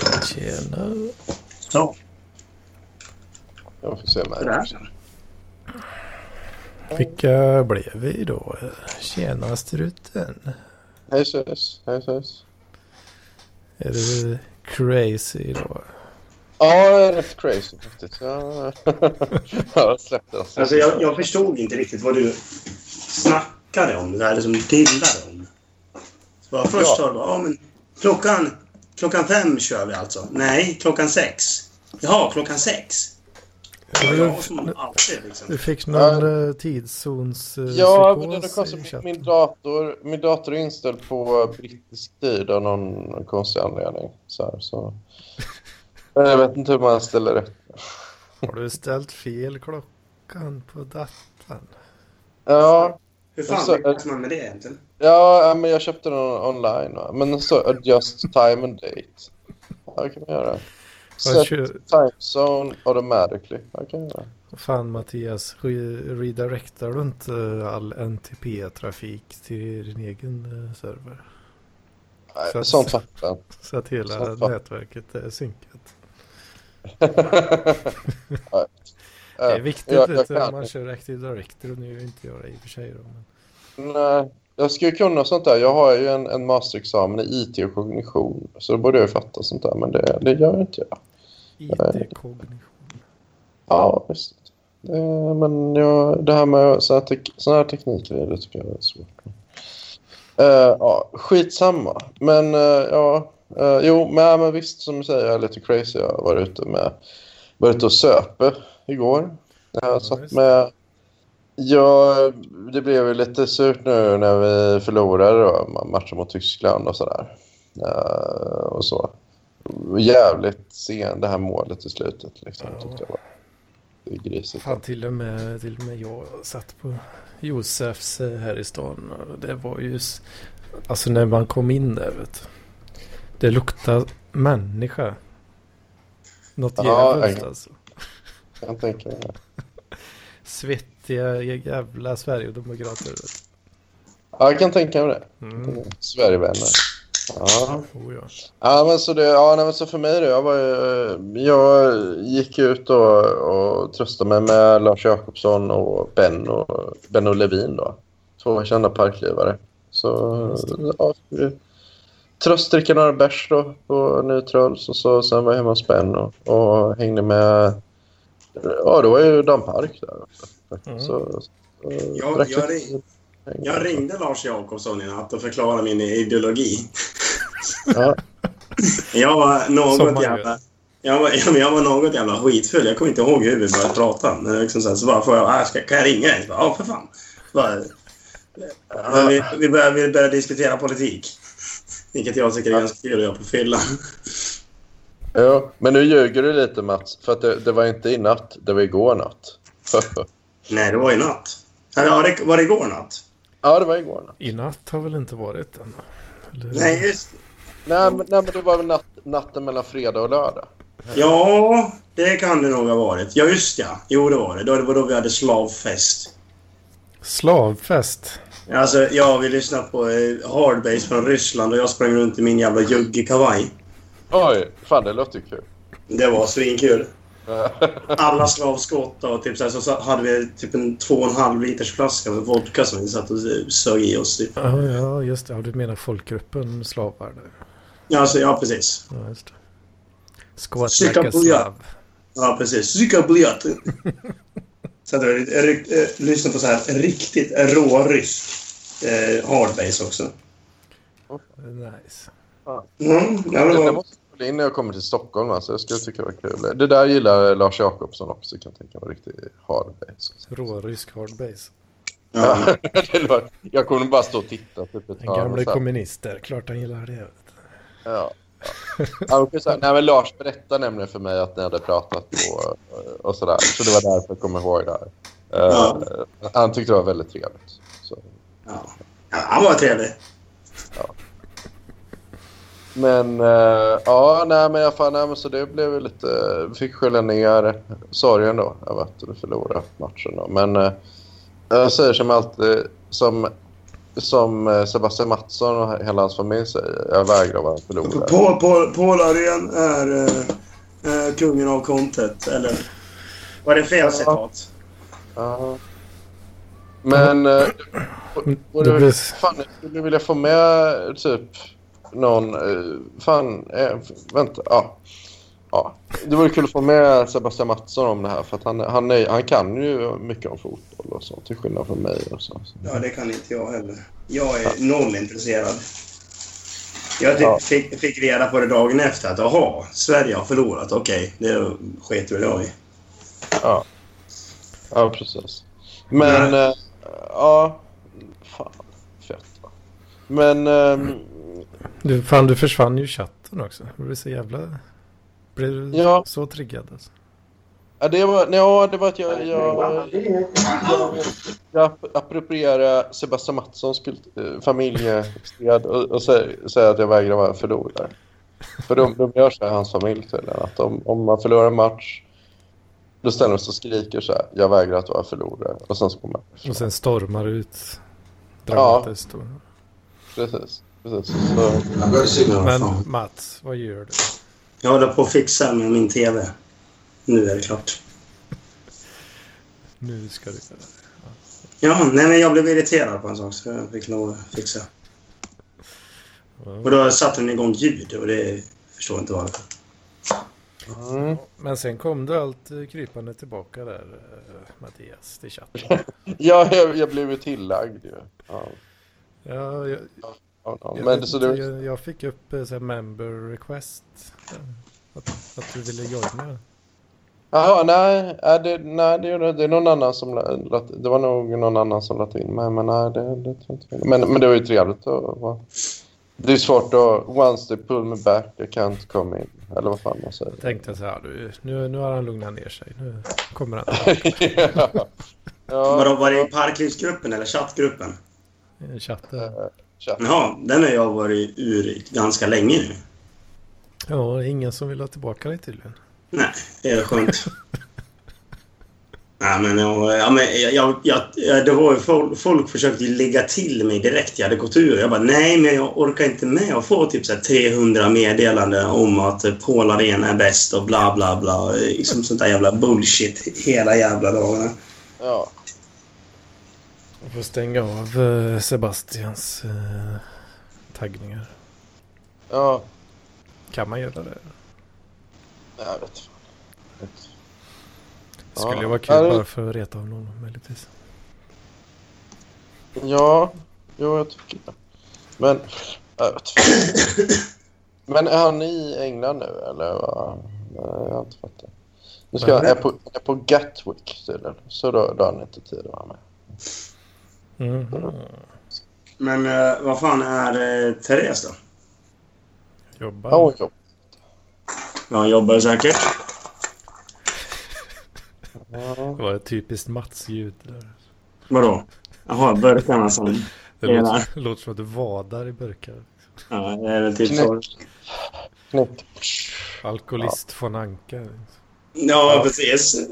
Tjena. Ja, Jag får se med sådär. det. Vilka blev vi då? Tjena struten. Hej sus, hej sus. Är du crazy då? Ja, jag är rätt crazy faktiskt. Jag jag har släppt det. Alltså. Alltså, jag, jag förstod inte riktigt vad du snackade om, det där liksom dillade om. Så bara, först Ja. sa du bara, ja men klockan, klockan fem kör vi alltså. Nej, klockan sex. Jaha, klockan sex. Ja, jag som alltid liksom. Du fick någon uh, tidszons uh, Ja, men det är psykos i konstigt. chatten. Min dator, min dator är inställd på brittisk tid av någon konstig anledning. Så här, så. Jag vet inte hur man ställer rätt. Har du ställt fel klockan på datorn? Ja, Hur Alltså, fan lyckas man med det egentligen? ja ja, men jag köpte den online. Va? Men så adjust time and date. Ja, det kan man göra. Set kö- time zone automatically. Ja, det kan man göra. Fan Mattias, re- redirectar du inte all NTP-trafik till din egen eh, server? Så Nej, att- Sånt fattar jag inte. Så att hela Så fan. nätverket är synkat. Ja. Eh, Det är viktigt jag, vet jag du, om kan, man kör Active Directory. Nu gör inte jag det i och för sig då. Men... Nej, eh, jag skulle kunna sånt där. Jag har ju en, en masterexamen i IT och kognition. Så då borde jag ju fatta sånt där, men det, det gör inte jag. IT-kognition. Ja, visst. Eh, Men jag, det här med såna här, tek, såna här tekniker, det tycker jag är svårt. Eh, ja, skitsamma. Men eh, ja, eh, jo, men, men visst som du säger, jag är lite crazy. Jag var ute med, var ute och söpe igår. Jag satt visst. med... Ja, det blev ju lite surt nu när vi förlorade då, matchen mot Tyskland och sådär. Eh, och så. Jävligt sen det här målet i slutet liksom, Ja. tyckte jag var. Det är grisigt. Fan, till och, med, till och med jag satt på Josefs eh, här i stan. och Det var ju... s- Alltså när man kom in där vet du. Det luktade människa. Något Ja, jävligt jag- alltså. Jag kan tänka mig det. Svettiga jävla Sverigedemokrater. vet du. Ja, jag kan tänka mig det. Mm. Sverigevänner. Ja. Oh, ja. Ja, men så, det, ja, nej, men så för mig då, jag, var, ju- jag gick ut och, och tröstade mig med Lars Jakobsson och Ben och, ben och Levin då. Två kända parklivare. Så ja, vi tröstdricka några bärs då på Nytrolls och så, sen var jag hemma hos Ben och, och hängde med, ja det var ju Dan Park där också. Mm. Så, så, Jag- drack jag lite- Jag ringde Lars Jakobsson i natt och förklarade min ideologi. Ja. Jag var Som man något gör. jävla... Jag var, ja, men jag var något jävla skitfull. Jag kommer inte ihåg hur vi började prata. Men liksom så, här, så bara frågade jag, "Ah, ska, kan jag ringa dig? Så bara, Ja, för fan. Så bara, ja, men vi, vi, började, vi började diskutera politik. Vilket jag tycker är ganska kul att göra på fyllan. Ja, men nu ljuger du lite Mats, för att det, det var inte i natt, det var igår natt. Nej, det var i natt. Eller, ja, det, var det igår natt? ja, det var igår natt. I natt har väl inte varit än? Eller? Nej, just Nej, men, nej, men det var väl natt, natten mellan fredag och lördag. Ja, det kan det nog ha varit. Ja, just ja. Jo, det var det. Då, det var då vi hade slavfest. Slavfest. Alltså, ja, vi lyssnade på eh, Hardbase från Ryssland och jag sprang runt i min jävla juggig kavaj. Oj, fan det låter ju kul. Det var svinkul. Alla slavskott och typ så, här, så, så hade vi typ en två och en halv liters flaska med vodka som vi satt och eh, sög i oss. Typ. Ja, ja just det. Ja, du menar folkgruppen slavar där. Ja, Alltså, ja, precis. Ja, just det. Skål, Psyka snacka boja. slav. Ja, precis. Zykabliat! Så att vi eh, lyssnade på så här riktigt rårysk eh, Hardbase också. Nice. Mm, ja, det Det där var... måste jag kolla in när jag kommer till Stockholm, alltså. jag skulle tycka det var kul. Det där gillar Lars Jakobsson också, kan jag tänka mig. Riktigt hard bass. Rårysk hardbase. ja. Det låter- jag kommer bara stå och titta. Typ ett Den hörn och gamle så här. kommunister. Klart han gillar det. Ja. ja. Ja, och så här, nej, men Lars berättade nämligen för mig att ni hade pratat och, och sådär. Så det var därför jag kom ihåg det här. Eh, Ja. Han tyckte det var väldigt trevligt. Så. Ja. Ja, han var trevlig. Men eh, ja, nej men i alla fall, nej, men så det blev ju lite... Vi fick skölja ner sorgen då över att vi förlorade matchen då. Men eh, jag säger som alltid, som som eh, Sebastian Mattsson och hela hans familj säger. Jag vägrar vara en förlorare. Paul, Paul, Paul Örjan är eh, eh, kungen av content, eller? Var det fel citat? Ja. Men... eh, Och Det det, blir- Fan, jag skulle vilja få med typ någon... eh, Fan, eh, vänta. Ja. ja. Det vore kul att få med Sebastian Mattsson om det här. För att han, han, är, han kan ju mycket om fotboll och så. Till skillnad från mig och så. Ja, det kan inte jag heller. Jag är noll intresserad. Jag typ Ja. fick, fick reda på det dagen efter att jaha, Sverige har förlorat. Okej, det sket väl jag i. Ja. Ja, precis. Men... Nej. eh, Ja. Fan. Fett va. Men... ehm, Du, fan, du försvann ju i chatten också. Du blev så jävla... Blev du Ja. så triggad alltså. Ja, det var, nej, ja, det var att jag, jag, jag, jag app- approprierade Sebastian Mattssons kult- eh, familjesed och, och sä- säga att jag vägrar vara förlorare. För de, de gör så här, i hans familj tydligen, att om, om man förlorar en match då ställer de sig och skriker så här, jag vägrar att vara förlorare. Och sen så går man Och ifrån. sen stormar ut dramatiskt. då. Precis, precis. Så, Men Mats, vad gör du? Jag håller på att fixa med min TV. Nu är det klart. Nu ska du... Ja, nej men jag blev irriterad på en sak så jag fick lov att fixa. Och då satte den igång ljud och det förstår jag inte varför. mm. Men sen kom du allt eh, krypande tillbaka där, eh, Mattias, till chatten. ja, jag, jag blev ju tillagd ju. Ja, Ja, jag, ja, ja. jag, Men vet det, så inte, det, jag, jag fick upp eh, så här member request. eh, Att, att du ville joina. Jaha, nej, nej, det, nej det, gjorde- det är någon annan som la- la- det var nog någon annan som lade in mig, men nej, det, det tror jag inte. Men, men det var ju trevligt att vara... Det är svårt att... Once they pull me back, I can't come in. Eller vad fan man säger. Tänkte jag så här, du, nu, nu har han lugnat ner sig. Nu kommer han. ja. Vadå, ja, var det i parklivsgruppen eller chattgruppen? i Chatten. tja. Jaha, den har jag varit ur ganska länge nu. Ja, det är ingen som vill ha tillbaka dig tydligen. Nej, det är skönt. Nej, men, jag, ja, men jag, jag, jag, det var ju folk, folk försökte ju lägga till mig direkt. Jag hade gått ur. Jag bara, nej, men jag orkar inte med att få typ så här 300 meddelanden om att eh, Paul Arena är bäst och bla, bla, bla. Liksom sånt där jävla bullshit hela jävla dagarna. ja. Du får stänga av eh, Sebastians eh, taggningar. ja. Kan man göra det? Jag vet fan. Vet. Det skulle Ja. ju vara kul Ja, det- bara för att reta honom möjligtvis. Ja, jo, jag tycker det. Men, jag vet inte. Men är han i England nu eller? vad? Nej, jag har inte fattat. Nu ska Nej. jag är på, är på Gatwick tydligen. Så då, då har han inte tid att vara med. Mhm. Men eh, vad fan är eh, Therese då? Jobba. Ja, hon jobbar. Ja, han jobbar säkert. Ja. Det var ett typiskt Mats-ljud. Där. Vadå? Jaha, burkarna som... Det Hela. låter, låter som att du vadar i burkar. Ja, det är väl typ så. Knäpp. Alkoholist von Anka. liksom. Ja, precis.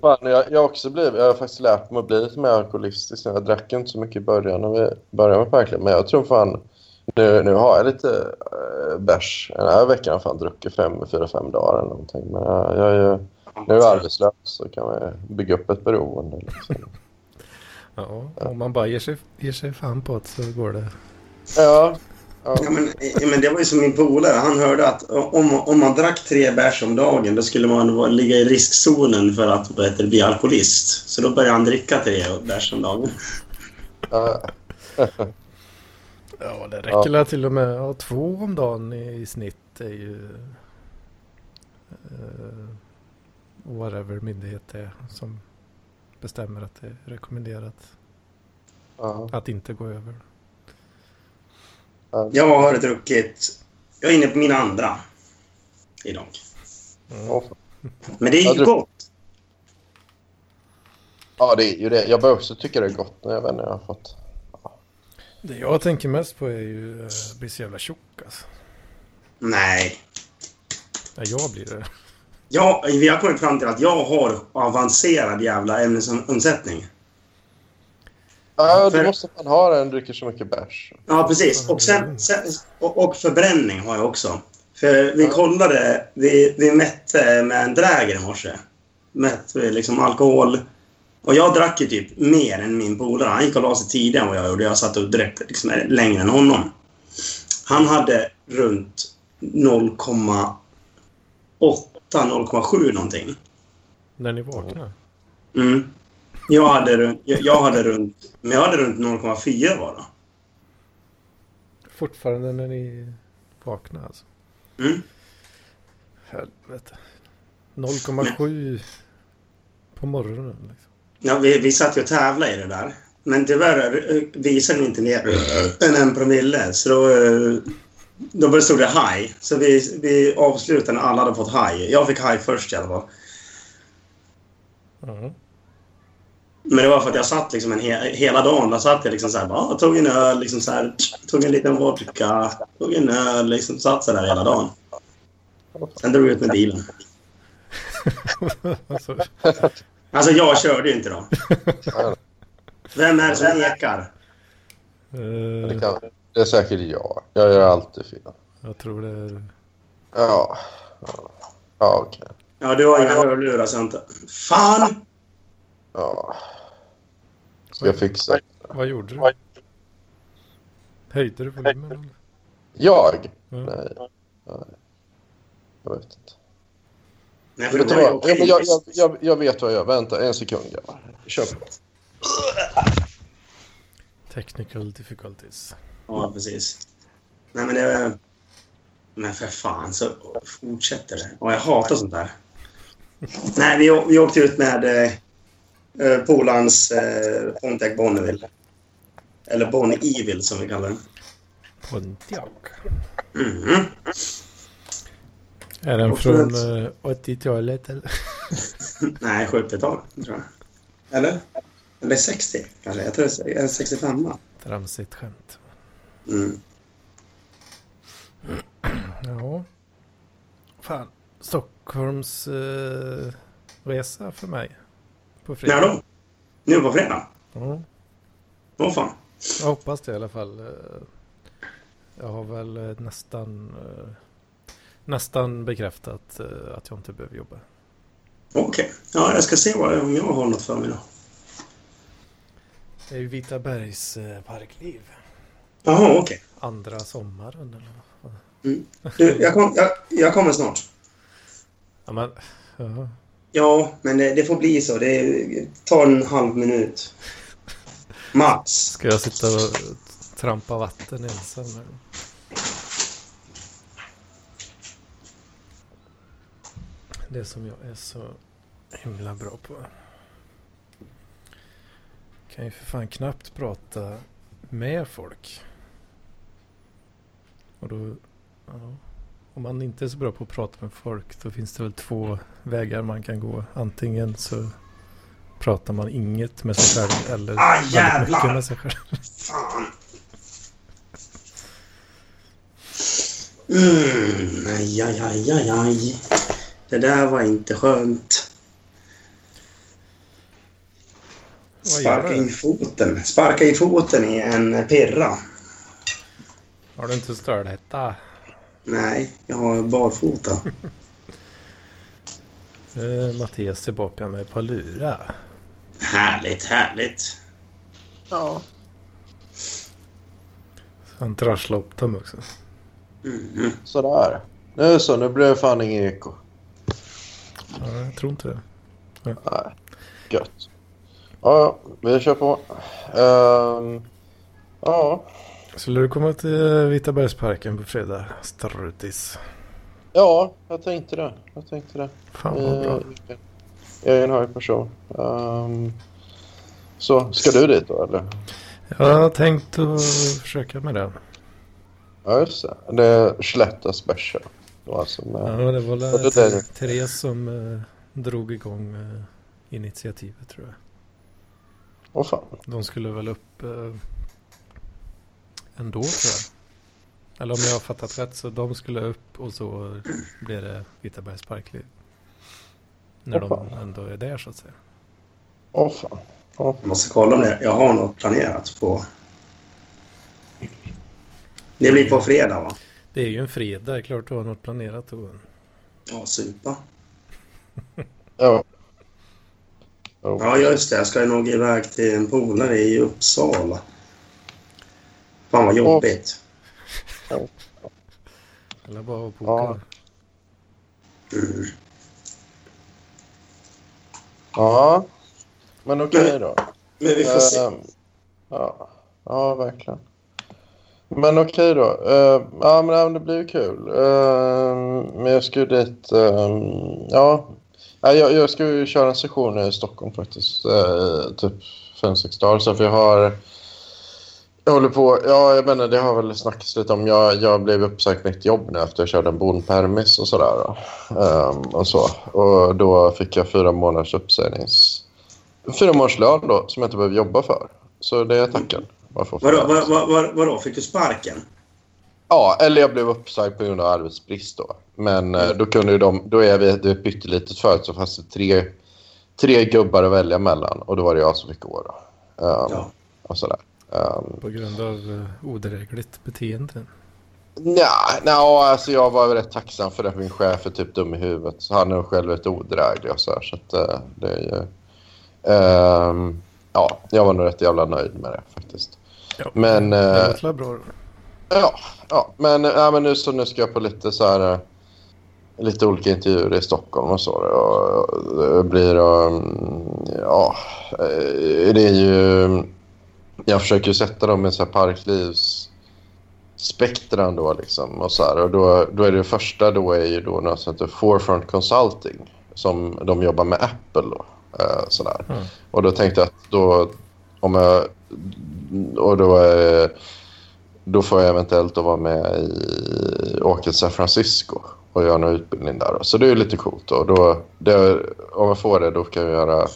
Fan, jag, jag, har också blivit, jag har faktiskt lärt mig att bli lite mer alkoholistisk. nu. Jag drack inte så mycket i början när vi började med Parkliv. Men jag tror fan, nu, nu har jag lite äh, bärs. Den här veckan har jag fan druckit fem, fyra, fem dagar eller någonting. Men jag, jag är ju... Nu är jag arbetslös så kan man bygga upp ett beroende. Liksom. Ja, om man bara ger sig, ger sig fan på det så går det. Ja. Ja, ja. men, ja, men det var ju som min polare. Han hörde att eh, om, om man drack tre bärs om dagen då skulle man vara- ligga i riskzonen för att vad heter det, bli alkoholist. Så då började han dricka tre bärs om dagen. ja. Ja, det Ja. räcker väl till och med. Ja, två om dagen i, i snitt är ju... eh, whatever myndighet det är som bestämmer att det är rekommenderat ja. att inte gå över. Jag har druckit... Jag är inne på min andra idag. Åh, fan. Men det är Jag ju druck- gott. ja, det är ju det. Jag börjar också tycka det är gott nu. Jag vet inte, jag har fått... Det jag tänker mest på är ju eh, bli så jävla tjock alltså. Nej. Ja, jag blir det. Jag, vi har kommit fram till att jag har avancerad jävla ämnesomsättning. Ja, För- du måste fan ha den. Dricker så mycket bärs. Ja, precis. Och, sen, sen, och, och förbränning har jag också. För vi kollade, vi, vi mätte med en dräger i morse. Mätte vi liksom alkohol. Och jag drack ju typ mer än min polare. Han gick och la sig tidigare än vad jag gjorde. Jag satt och drack liksom längre än honom. Han hade runt 0,8-0,7 någonting. När ni vaknar? Mm. Jag hade, runt- jag, jag hade runt, men jag hade runt 0,4 var det. Fortfarande när ni vaknar alltså? Mm. Helvete. 0,7 på morgonen liksom. Ja, vi, vi satt ju och tävlade i det där. Men tyvärr eh, visade den inte ner än en promille. Så då, eh, då bara stod det high. Så vi, vi avslutade när alla hade fått high. Jag fick high först i alla fall. Ja. Men det var för att jag satt liksom en he- hela dagen. Där satt jag liksom så här, bara, ah, tog en öl, liksom så här, tog en liten vodka, tog en öl, liksom satt så där hela dagen. Sen drog jag ut med bilen. alltså, Alltså jag körde ju inte då. Ja, Vem är det som nekar? det, eh, kan, det är säkert jag. Jag gör alltid fel. jag tror det är... Ja. Ja, Ja, okej. Ja, du har inga hörlurar så jag inte... Fan! Ja. Ska jag fixa? Vad gjorde du? Höjde du volymen? eller? Jag? Mm. Nej. Nej. Jag vet inte. Nej, för Vet det du var ju vad? Jag, okej. jag, jag, jag, jag vet vad jag gör. Vänta en sekund. grabbar. Kör på. Technical difficulties. Ja, precis. Nej, men det... Men för fan så fortsätter det. Och jag hatar sånt där. Nej, vi, å- vi åkte ut med eh, eh, Polans eh, Pontiac Bonneville. Eller Bonne Evil som vi kallar den. Pontiac. Mhm. Är den Och från sen- eh, 80-talet eller? Nej, 70-tal tror jag. Eller? Eller 60 kanske. Jag tror det är 65. Tramsigt skämt. Mm. Ja. Fan. Stockholms eh, resa för mig. På fredag. När då? Nu på fredag? Ja. Åh fan. Jag hoppas det i alla fall. Eh, Jag har väl eh, nästan, eh, nästan bekräftat eh, att jag inte behöver jobba. Okej. Ja, jag ska se vad, om jag har något för mig då. Det är ju Vita Bergs eh, parkliv. Jaha, okej. Andra sommaren eller vad? Du, jag, kom, jag, jag kommer snart. Ja men, ja. Ja, men det, det får bli så. Det tar en halv minut. Max. Ska jag sitta och trampa vatten ensam? nu? Det som jag är så himla bra på. Kan ju för fan knappt prata med folk. Och då, ja, om man inte är så bra på att prata med folk då finns det väl två vägar man kan gå. Antingen så pratar man inget med sig själv eller Ah, väldigt mycket jävlar! med sig själv. Fan. Mm, aj, aj, aj, aj, aj. Det där var inte skönt. Vad gör Sparka du? in foten. Sparka i foten i en pirra. Har du inte störhätta? Nej, jag har barfota. Uh, Mattias tillbaka med Palura. härligt, härligt. Ja. Han trasslar upp dem också. Mm. Sådär. Nu så, nu blir det fan ingen eko. Ja, jag tror inte det. Gött. Ja, ja, vi kör på. Ehm, ja. Skulle du komma till eh, Vitabergsparken på fredag? Strutis. ja, jag tänkte det. Jag tänkte det. Fan vad bra. Eh, Jag är en hög person. Ehm, så, ska du dit då eller? Jag har tänkt att försöka med det. Ja, just det. Det är Skellefteå Special. Då alltså med... Ja, det var Ja, väl det där. Ther- Therese som eh, drog igång eh, initiativet tror jag. Åh fan. De skulle väl upp eh, ändå tror jag. Eller om jag har fattat rätt så de skulle upp och så blev det Vitabergs parkliv. När de Hoppa. ändå är där så att säga. Åh fan. Ja. Jag måste kolla om det. Jag har något planerat på... Det blir på fredag, va? Det är ju en fredag, klart du har något planerat då. Ja, supa. Ja. Ja, just det. Jag ska ju nog iväg till en polare i Uppsala. Fan, vad jobbigt. Eller bara avboka. Ja. Mm. ja. Men okej då. Men vi får se. Ehm, ja. ja, verkligen. Men okej då. Ehm, ja, men ja, men det blir ju kul. Ehm, men jag ska ju dit... ehm, ja. ja jag, jag ska ju köra en session i Stockholm faktiskt. eh, typ fem sex dagar. Så för jag har... Jag håller på... Ja, jag menar, det har väl snackats lite om. Jag, jag blev uppsagt mitt jobb nu efter jag körde en bondpermis och sådär. Då. Ehm, och så. Och då fick jag fyra månaders uppsägnings fyra månaders lön då som jag inte behöver jobba för. Så det är tacken. Man får för Vadå, det. vad, vad, vad, vadå, fick du sparken? Ja, eller jag blev uppsagd på grund av arbetsbrist då. Men eh, då kunde ju de, då är vi det är ett pyttelitet företag så fanns det tre, tre gubbar att välja mellan och då var det jag som fick gå då. Ehm, Ja. Och sådär. Ehm, På grund av eh, odrägligt beteende. Nja, nja, alltså jag var väl rätt tacksam för det. Min chef är typ dum i huvudet. Så han är nog själv rätt odräglig och så här, Så att, eh, det är ju... Ehm, ja, jag var nog rätt jävla nöjd med det faktiskt. Ja. Men, Det eh, låter väl bra då. ja, ja, men, ja, men nu, så nu ska jag på lite så här... eh, Lite olika intervjuer i Stockholm och så. Och, och, det blir... um, ja, eh, det är ju... Jag försöker ju sätta dem i så här parklivs spektran då liksom och så här. Och då, då är det första då är ju då något som heter Forefront Consulting som de jobbar med Apple då. Eh, så där. Mm. Och då tänkte jag att då om jag och då eh, då får jag eventuellt att vara med i åka till San Francisco och göra någon utbildning där. Då. Så det är ju lite coolt. Då. Och Då, det, om jag får det då kan jag göra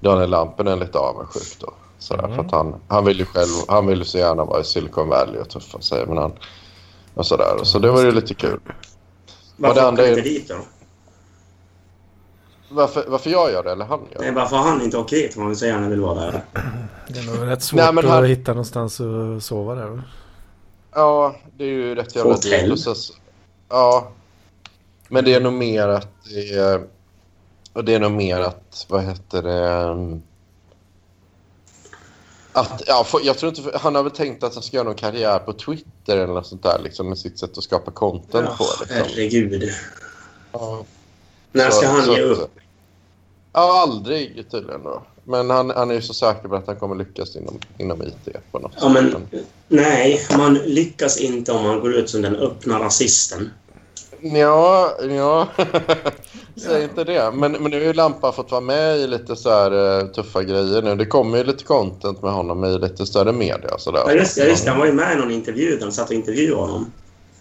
Daniel Lampinen lite avundsjuk. Då. Sådär, Mm. för att han, han vill ju själv, han vill ju så gärna vara i Silicon Valley och tuffa sig. Men han, och sådär. Så det var ju lite kul. det Varför andra åker är- du inte dit då? Varför, varför jag gör det eller han gör det? Nej, varför har han inte åkt dit om han så gärna vill vara där? Det är nog rätt svårt Nej, men här- att hitta någonstans att sova där. va? Ja, det är ju rätt jävla Hotell. dyrt. och så- Ja. Men det är nog mer att det är... Och det är nog mer att, vad heter det... um, Att, ja, för, jag tror inte, han har väl tänkt att han ska göra någon karriär på Twitter eller något sånt där liksom, med sitt sätt att skapa content på. Ja, Liksom. herregud. Ja, När ska så- han så ge att- upp? Ja, aldrig tydligen då. Men han, han är ju så säker på att han kommer lyckas inom, inom IT på något Ja, men, sätt. nej, man lyckas inte om man går ut som den öppna rasisten. Ja, ja. Säg inte det. Men, men nu har ju Lampa fått vara med i lite så här eh, tuffa grejer nu. Det kommer ju lite content med honom i lite större media. och Så där. Ja, just, det, just det, han var ju med i någon intervju där de satt och intervjuade honom.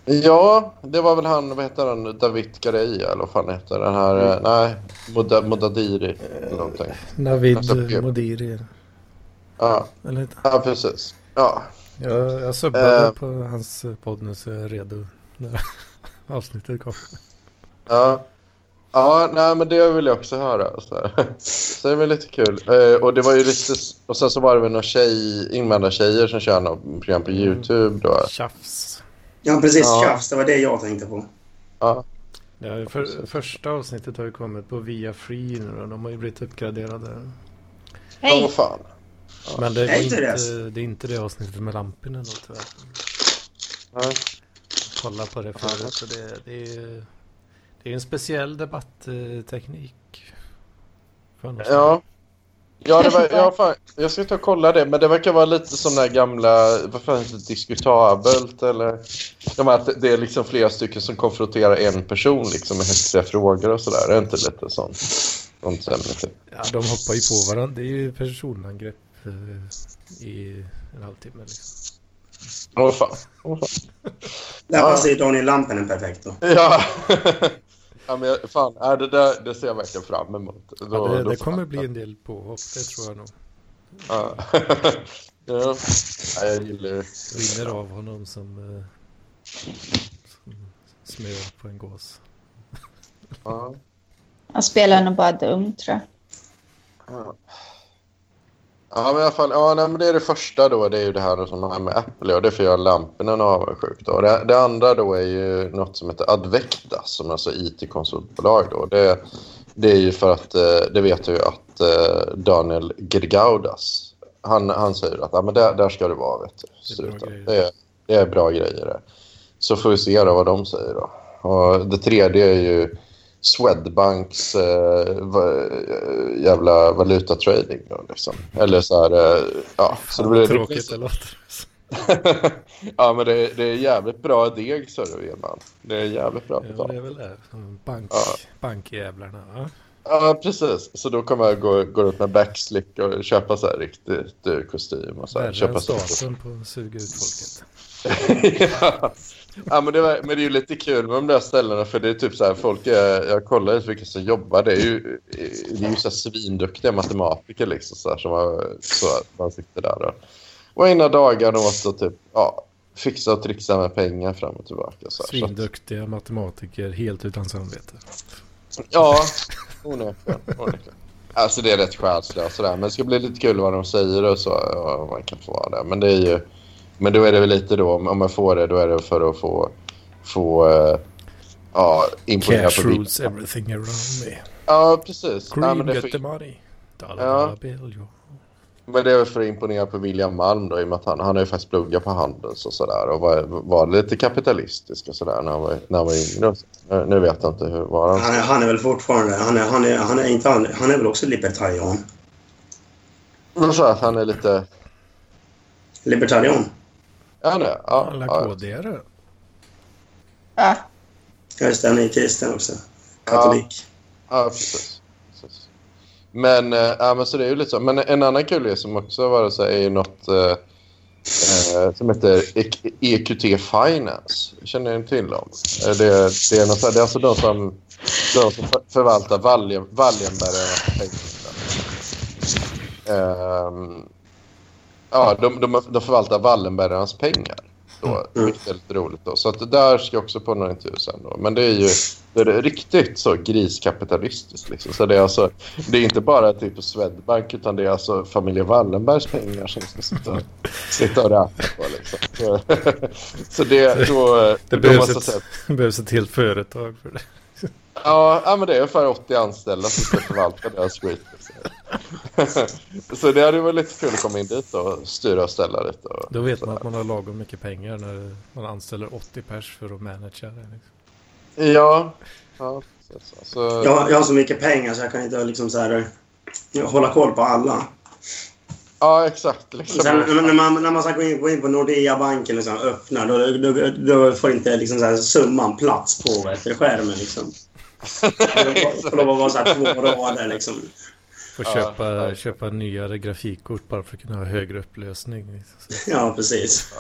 Ja, det var väl han, vad heter han, David Gareja eller vad fan heter den här, Mm. eh, nej, Moda- Modadiri eller någonting. Jag Navid söker. eh, Modiri. Ja, Eller inte? ja precis. Ja, Jag, jag subbade Eh. på hans eh, podd nu så jag är redo när avsnittet kom. Ja. Ja, nej, men det vill jag också höra. Så, här. så det var lite kul. Eh, och det var ju lite... Och sen så var det väl några tjej, invandrartjejer som kör något program på YouTube då. Tjafs. Ja, precis. Ja. Tjafs, det var det jag tänkte på. Ja, Ja, för, första avsnittet har ju kommit på Via Free nu då. De har ju blivit uppgraderade. ja vad fan. Men det Nej, är, inte, Therese. det är inte det avsnittet med Lampinen då tyvärr. Nej. Kolla på det förut. Så det, det, är, det är en speciell debattteknik. För något slag. Ja. Ja, det var, ja fan, jag ska ta och kolla det, men det verkar vara lite som den här gamla, vad fan heter det, diskutabelt eller... De här, att det är liksom flera stycken som konfronterar en person liksom med häftiga frågor och sådär. Är det inte lite sånt? Sånt sämre typ. Ja, de hoppar ju på varandra. Det är ju personangrepp eh, i en halvtimme. Liksom. Åh fan. Åh, fan. Där Ja. passar ju Daniel Lampinen perfekt då. Ja. ja men jag- fan, ja, det, där, det ser jag verkligen fram emot. Då, Ja, det, då det får- kommer bli en del påhopp, det tror jag nog. Ja. ja. Ja, jag gillar ju- Rinner av honom som, eh, som smör på en gås. ja. Han spelar nog bara dum, tror jag. Ja, men i alla fall, ja, nej, men det är det första då, det är ju det här som har med Apple och det får jag Lampinen avundsjuk då. Det, det andra då är ju något som heter Advecta som är alltså IT-konsultbolag då. Det, det är ju för att, eh, det vet jag ju att eh, Daniel Girgaudas, han, han säger att ja, men där, där ska det vara vet Det du. är bra Sluta. grejer. Det, är, det är bra grejer där. Så får vi se då vad de säger då. Och det tredje är ju Swedbanks eh, va, eh, jävla valutatrading. Då, liksom. Eller så här, eh, ja. Så det blir Tråkigt det låter. ja, men det, det är jävligt bra deg, sa du, Edman. Det är jävligt bra Ja, betalt. det är väl det. Bank, Ja. Bankjävlarna. va? Ja, precis. Så då kommer jag gå, gå runt med backslick och köpa så här riktigt dyr kostym och så här, Värre än köpa staten på att suga ut folket. ja. ja, men det, var, men det är ju lite kul med de där ställena för det är typ så här folk jag, jag kollar ut vilka som jobbar. Det är ju, det är ju så här svinduktiga matematiker liksom så här som har, så här, man sitter där och, och ena dagarna åt att typ ja, fixa och trixa med pengar fram och tillbaka. Så här. Så att- Svinduktiga matematiker helt utan samvete. Ja, onekligen. onekligen. Alltså det är rätt själslöst sådär. Men det ska bli lite kul vad de säger och så. ja, Om man kan få vara där. Men det är ju... Men då är det väl lite då, om om jag får det, då är det för att få... Få... eh, Ja, imponera Cash på bild. rules everything around me. Ja, precis. Nej, Green men, det är get the för, money. Dollar, Ja. dollar bill. ja. men det är väl för att imponera på William Malm då, i och med att han, han har ju faktiskt pluggat på Handels och sådär. Och var, var lite kapitalistisk och sådär när han var, när han var yngre. och så. Nu- Nu vet jag inte hur var han. Han är, han är väl fortfarande... Han är, han, är, han, är inte, han, han är väl också libertarian? Men så att han är lite... Libertarian? Ja, han är. Ja, Alla ja. KD-are. Ja, just det. Han är kristen också. Katolik. Ja, precis. precis. Men, eh, ja, men så det är ju lite så. Men en annan kul grej som också har varit så här är ju något eh, eh, som heter E- EQT Finance. Känner ni till dem? Eh, Det, det, är, något, så här- det är alltså de som, de som för- förvaltar Wallen- Wallenbergarnas pengar. Ehm, ja, de, de, de förvaltar Wallenbergarnas pengar. Då, Mm. vilket är lite roligt. Då. Så att det där ska jag också på några intervjuer sen. Då. Men det är ju det är riktigt så griskapitalistiskt. Liksom. Så det, är alltså, det är inte bara typ Swedbank utan det är alltså familjen Wallenbergs pengar som ska sitta, och- sitta och räkna på. Liksom. Så, så det, då, Det då behövs måste jag säga- ett, det behövs ett helt företag för det. Ja, ja, men det är ungefär 80 anställda som ska förvalta deras skit. Så det hade varit lite kul att komma in dit och styra och ställa lite. Och... Då vet man att man Alltså, har lagom mycket pengar när man anställer 80 pers för att managera det. Liksom. Ja, ja precis. Alltså, ja. Jag, jag har så mycket pengar så jag kan inte liksom så här, eh, hålla koll på alla. exakt. Liksom. Sen, när man, när man ska gå in, gå in på Nordea Bank eller så här, öppna, då, då, då får inte liksom så här, summan plats på vad heter det, skärmen. Liksom. Det får lov att vara så här, två rader. Liksom. Får Ja, köpa, ja. köpa nyare grafikkort bara för att kunna ha högre upplösning. Liksom. Så Ja, precis.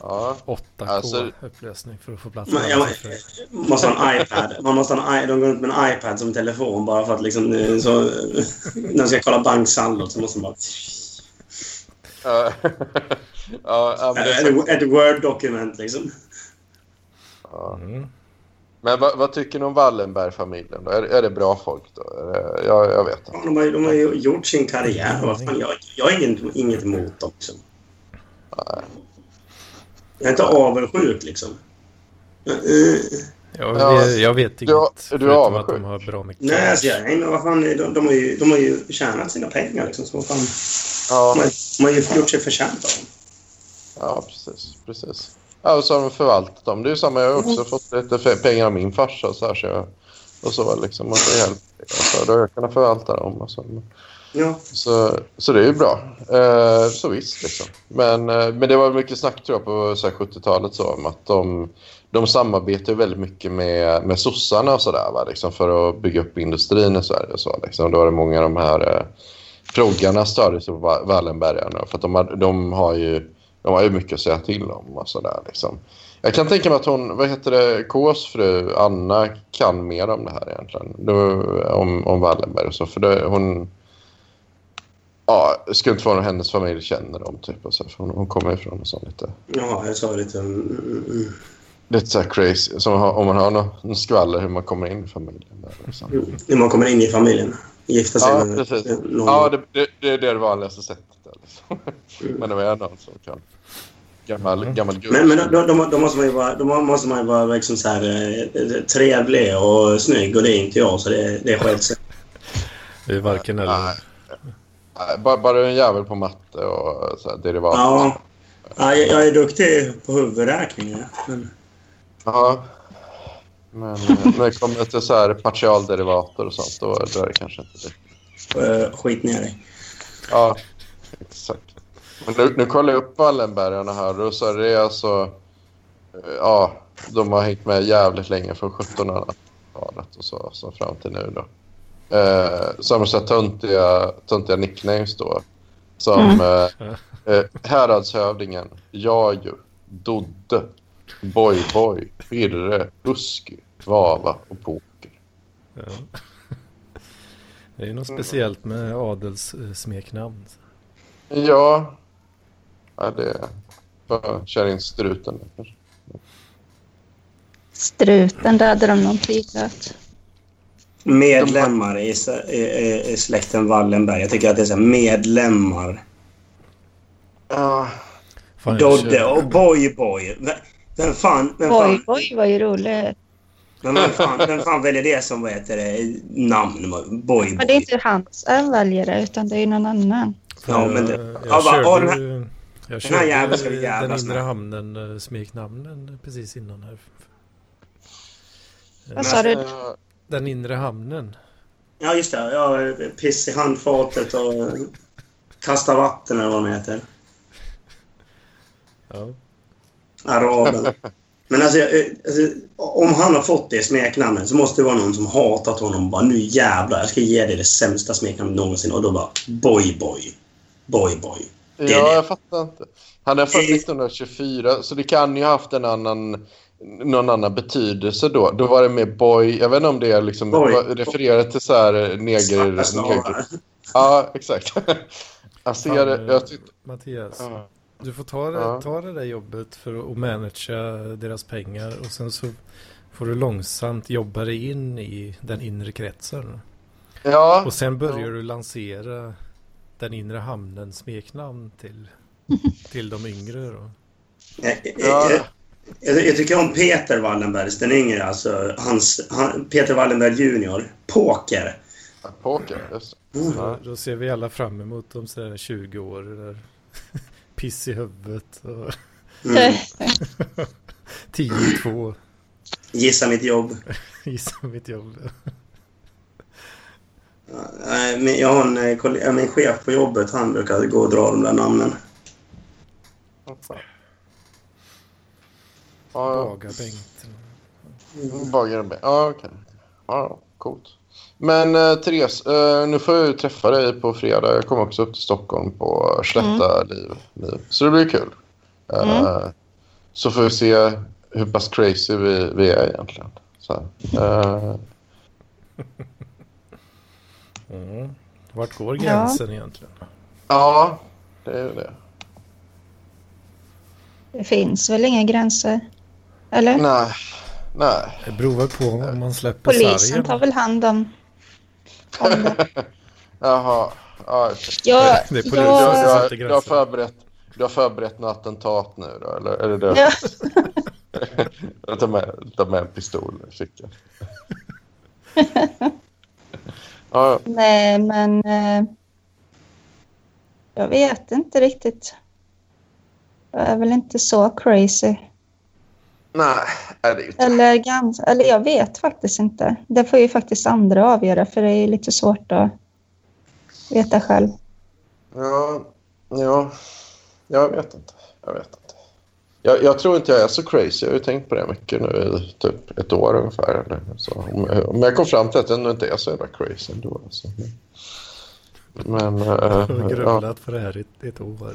Ja. 8K Alltså- upplösning för att få plats med Man, ja, alla man, siffror. man måste ha en iPad. Man måste ha en, i- de går runt med en iPad som telefon bara för att liksom, eh, så, när de ska kolla banksaldot så måste man bara... ja, ja, men, det är Ett, ett Word-dokument liksom. ja. Mm. men vad, vad tycker ni om Wallenberg-familjen? då? Är, är det bra folk? då? Är det, jag, jag vet inte. Ja, De har, ju- de har ju gjort sin karriär. Vad fan, jag, jag har inget, inget emot dem. Liksom. Jag är inte avundsjuk, liksom. Eh, Jag, Ja, alltså, vet- jag vet inget. du är förutom att avundsjuk. de har bra mycket Nej, alltså, cash. jag, nej, men vad fan, de, de, har ju, de har ju tjänat sina pengar. Liksom, så vad fan, Ja, de, har, de har ju gjort sig förtjänta av dem. ja precis. precis. Ja, och så har de förvaltat dem. Det är ju samma. Jag har också fått lite fe- pengar av min farsa. Så här, så jag, och så liksom. Och så, hjälp, så då har jag kunnat förvalta dem. Och så. Ja. Så, så det är ju bra. Eh, så visst, liksom. Men, eh, men det var mycket snack tror jag på så här 70-talet så, om att de, de samarbetar ju väldigt mycket med, med sossarna och sådär va, liksom, för att bygga upp industrin i Sverige. Och så, liksom. Då är det många av de här eh, proggarna störde sig på Va- Wallenbergarna för att de har, de har ju de har ju mycket att säga till om och sådär liksom. Jag kan tänka mig att hon, vad heter det, Ks fru Anna kan mer om det här egentligen. Då, om, om Wallenberg och så. För det, hon, Ja, det skulle inte vara någon hennes familj känner dem typ. Och så, för hon, hon kommer ifrån och sånt lite. ja, jag sa lite... mm, Mm, mm. Lite så här crazy. Som har- om man har någon, någon skvaller hur man kommer in i familjen. Där, liksom. Mm, När man kommer in i familjen. Gifta sig Ja, med precis. någon. Ja, det, det, det är det vanligaste sättet. Alltså. Men det är någon som kan. Gammal, gammal gubbe. men men då, då, då måste man ju vara, då måste man ju vara liksom så här, eh, trevlig och snygg och det är inte jag så det, det sket sig. Det är varken eller. Nej. Nej, bara, bara en jävel på matte och så här, derivat. Ja. Ja, jag, jag är duktig på huvudräkning. ja. Men, Ja. Men eh, när det kommer till så här partialderivater och sånt, då, då är det kanske inte det. eh, skit ner dig. Ja, exakt. Men nu, nu kollar jag upp Wallenbergarna här och så är det alltså... eh, Ja, de har hängt med jävligt länge från 1700-talet och så, så fram till nu då. Eh, som så här töntiga, töntiga nicknames då. Som eh, eh, häradshövdingen, Jaju, Dodde, Boyboy, Pirre, Husky, Vava och Poker. Ja. Det är ju Mm. något speciellt med adelssmeknamn. Ja. ja det... Bara köra in struten. där kanske. Struten, där hade de någon prigrat. Medlemmar i, s- i, i, i släkten Wallenberg. Jag tycker att det är så här, medlemmar. Ja. Fan, jag Dodde kör- och Boy Boy. Vem- Vem fan, vem Oj, fan, oj, var ju roligt. men vem fan, vem fan väljer det som vad heter det, namn? Boy Men det är Boy. inte hans han väljer det, utan det är ju någon annan. Ja, jag- men det- jag Ja, va, körde ja, den här- ju- Jag den här körde jäveln ska vi ju jävlas den inre med. hamnen eh, smeknamnen precis innan här. Vad sa du? Eh, Den inre hamnen. Ja, just det. Ja, piss i handfatet och kasta vatten eller vad de heter. Ja. Araben. Men alltså, jag- alltså, om han har fått det smeknamnet så måste det vara någon som hatat honom och bara nu jävlar, jag ska ge dig det sämsta smeknamnet någonsin. Och då bara boy boy. Boy boy. det är Ja, det. jag fattar inte. Han är född Det är- 1924, så det kan ju ha haft en annan, någon annan betydelse då. Då var det mer boy. Jag vet inte om det är liksom Boy. var- refererar till så här eh, neger... Svarta neger. slavar. Ja, exakt. Jag ser Fan, det. eh, Jag tyckte... Mattias, ja. du får ta det, Ja. ta det där jobbet för att managera deras pengar och sen så får du långsamt jobba dig in i den inre kretsen. Ja, Och sen börjar Ja. du lansera den inre hamnen smeknamn till, till de yngre då. Jag, jag, Ja. jag, Eh, jag, jag tycker om Peter Wallenbergs, den yngre alltså. Hans, han, Peter Wallenberg junior. Poker. poker. Just. det. Mm. Då, Ja. då ser vi alla fram emot om sådär 20 år. Där. Piss i huvudet och Mm. 10 i 2 Gissa mitt jobb. gissar mitt jobb. Nej, men Jag har en, eh, kolle- min chef på jobbet, han brukar gå och dra de där namnen. Ja, Baga Bengt. Bagaren med. Ja, okej. Ja, coolt. Men eh, Therese, eh, nu får jag ju träffa dig på fredag. Jag kommer också upp till Stockholm på Slätta liv, liv. Så det blir kul. Eh, Så får vi se hur pass crazy vi, vi är egentligen. Så här. Eh, Mm. Vart går gränsen egentligen? ja, det är ju det. Det finns väl inga gränser? Eller? Nej, nej. Det beror väl på om man släpper Polisen tar sargen. väl hand om, om det. Jaha. Ja, okej. Jag, Det är polisen du, som jag, sätter har- du, har gränsen. förberett, du har förberett något attentat nu då? Eller är det det? jag, Jag tar med, tar med en pistol i fickan. ja, nej, men eh, jag vet inte riktigt. Jag är väl inte så crazy. nej, nej, det är ju inte. Eller, gans, eller jag vet faktiskt inte. Det får ju faktiskt andra avgöra för det är ju lite svårt att veta själv. Ja, ja, jag vet inte. Jag vet inte. Jag, jag tror inte jag är så crazy. Jag har ju tänkt på det mycket nu i typ ett år ungefär. Eller så. Om, jag- om jag kom fram till att jag nog inte är så jävla crazy ändå. Alltså. Men, eh, Jag har ja. grumlat för det här i ett- ett år.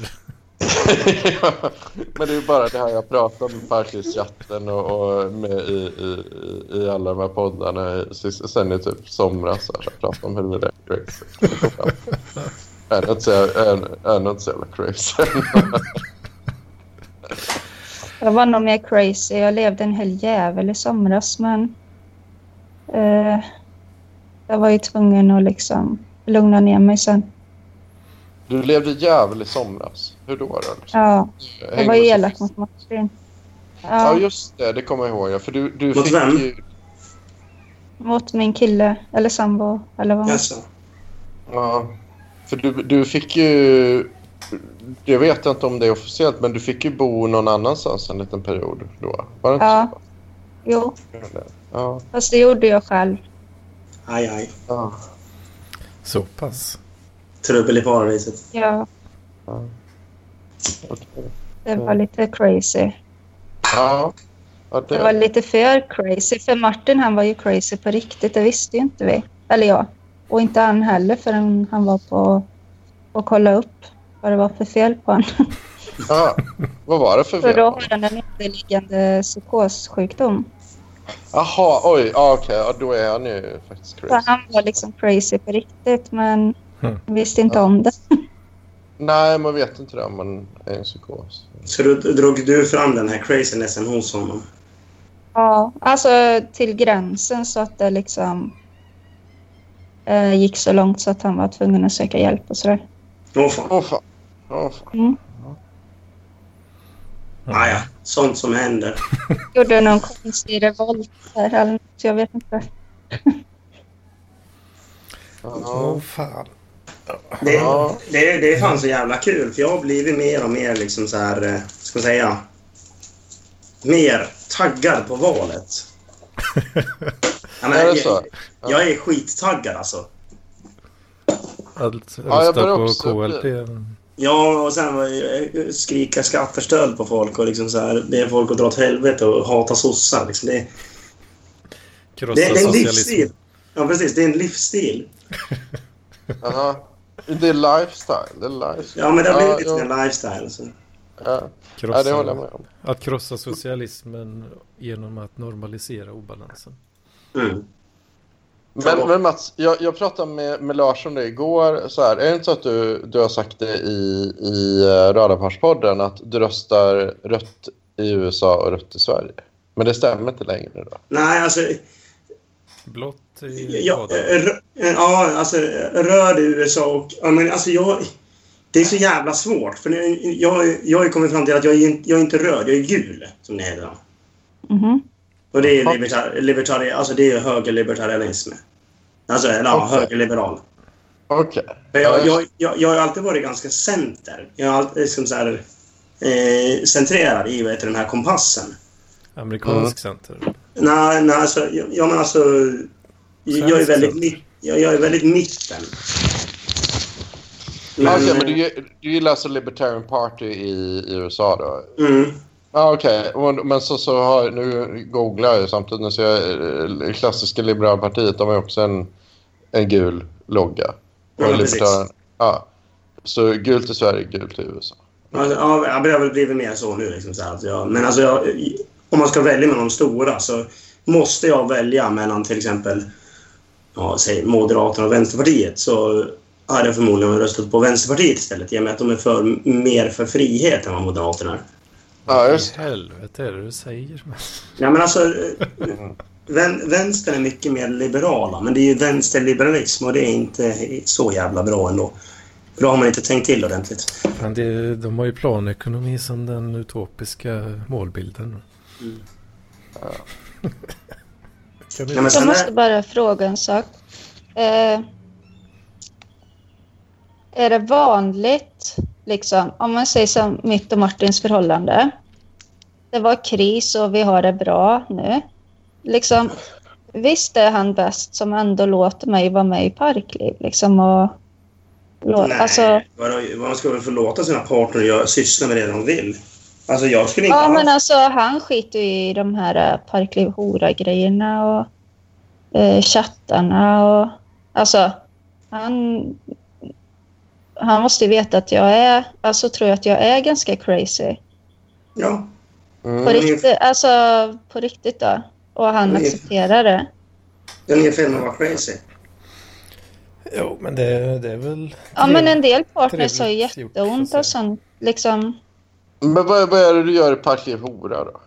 Men det är ju bara det här jag pratar om med Parklyftschatten och, och med i, i, i- i alla de här poddarna i- sist- sen i typ somras. Så här, så jag pratar om hur det är crazy. Jag är inte så jävla- jag är- jag är nog inte så jävla crazy. Jag var nog mer crazy. Jag levde en hel jävel i somras men eh, Jag var ju tvungen att liksom lugna ner mig sen. Du levde jävligt i somras. Hur då? då liksom? Ja, jag Hängde var du så- elak mot Martin. Ja, Ja, just det. Det kommer jag ihåg. Ja. För du, du Mot fick vem? ju... mot min kille eller sambo eller vad man Jaså? Ja. För du, du fick ju... Jag vet inte om det är officiellt, men du fick ju bo någon annanstans en liten period då. Var det inte Ja. Jo, så? Ja. fast det gjorde jag själv. Aj, aj. ja. Så pass. Trubbel i paradiset. Ja, Okej. det var lite crazy. Ja. ja det... Det var lite för crazy, för Martin han var ju crazy på riktigt. Det visste ju inte vi. Eller jag. Och inte han heller förrän han var på och kolla upp vad det var för fel på honom. ja. Vad var det för Så fel? då har han en underliggande psykossjukdom. Jaha, oj. Ja, okej. Ja, då är han ju faktiskt Så crazy. han var liksom crazy på riktigt, men Mm. visste inte Ja. om det. Nej, man vet inte det om man är en psykos. Så då drog du fram den här crazinessen hos honom? Ja, alltså till gränsen så att det liksom eh, gick så långt så att han var tvungen att söka hjälp och sådär. Mm. Åh fan. Åh, fan. Åh, fan. Ah, ja. Sånt som händer. Gjorde någon konstig revolt där eller något, jag vet inte. Åh Ja. fan. Det, Ja. det, det är fan så jävla kul, för jag har blivit mer och mer liksom så här, eh, ska man säga, mer taggad på valet. ja, men, Är det jag- så? Jag, jag är skittaggad alltså. Allt jag rösta börjar Alltså, på också KLP. Ja, och sen var jag- eh, skrika skatterstöd på folk och liksom så här, be folk att dra åt helvete och hata sossar. Liksom. Det, det, Krossa det är en socialismen. livsstil. Ja, precis. Det är en livsstil. Ja. Det är lifestyle. Det är lifestyle. Ja, men det har blivit ja, lite en lifestyle. Så. ja. ja, det håller jag Krossa, med om. att krossa socialismen genom att normalisera obalansen. Mm. Ja. Men, men Mats, jag, jag pratade med, med Lars om det igår. Så här, är det inte så att du, du har sagt det i, i eh, Radarparspodden att du röstar rött i USA och rött i Sverige? Men det stämmer inte längre nu då? Nej, alltså... Blått i Ja, eh, ja, rö- ja, alltså röd i USA och... Ja, men alltså jag... Det är så jävla svårt. För nu, jag, jag har ju kommit fram till att jag är, inte- jag är inte röd, jag är gul. Som det heter. Mhm. Och det är Jaha. libertar, libertar, alltså det är högerlibertarianism. Alltså, eller ja, Okej. högerliberal. Okej. För jag, Ja, jag, jag, jag har alltid varit ganska center. Jag har alltid liksom så här, eh, centrerad i vad heter den här kompassen. amerikansk Mm. center. Nej, nej alltså, jag, jag men alltså... Jag är Svensk väldigt, center. mitt- jag, jag är väldigt mitten. Ja, Okej, men du, du gillar alltså Libertarian Party i, i USA då? Mm. Ja, okej. Och- Men så, så har, nu googlar jag ju samtidigt. Nu ser jag eh, klassiska liberala partiet. De har ju också en, en gul logga. Ja, Och precis. libertarian- ja. Så gult i Sverige, gult i USA. Alltså, ja, jag börjar väl blivit mer så nu. Liksom, så här, att jag, men alltså, jag, om man ska välja mellan de stora så måste jag välja mellan till exempel ja, säg Moderaterna och Vänsterpartiet. Så hade jag förmodligen röstat på Vänsterpartiet istället i och med att de är för, mer för frihet än vad Moderaterna är. Ja, I just helvete är det du säger? Ja, men alltså, eh, vän, vänstern är mycket mer liberala, men det är ju vänsterliberalism och det är inte så jävla bra ändå. För då har man inte tänkt till ordentligt. Men det, de har ju planekonomi som den utopiska målbilden. Mm. Kan du- Ja, men Jag sen är, måste bara fråga en sak. Eh, är det vanligt, liksom, om man säger som mitt och Martins förhållande. Det var kris och vi har det bra nu. Liksom, visst är han bäst som ändå låter mig vara med i Parkliv. Liksom, och, lå- Nej, alltså, vadå, man ska väl förlåta sina partner att göra- syssla med det de vill. Alltså jag skulle inte ja, alls... men alltså, han skiter ju i de här eh, Parkliv Hora-grejerna och eh, chattarna. Och, alltså, han, han måste ju veta att jag är... Alltså tror jag att jag är ganska crazy. Ja. På, mm. Mm. riktigt, alltså, på riktigt då. Och han Mm. accepterar det. Den nya filmen var crazy. Jo, men det, det är väl... Ja, men en del partners Trevligt har ju gjort, får jag jätteont säga. och sånt. Liksom, Men vad, vad är det du gör i Parkliv Hora då?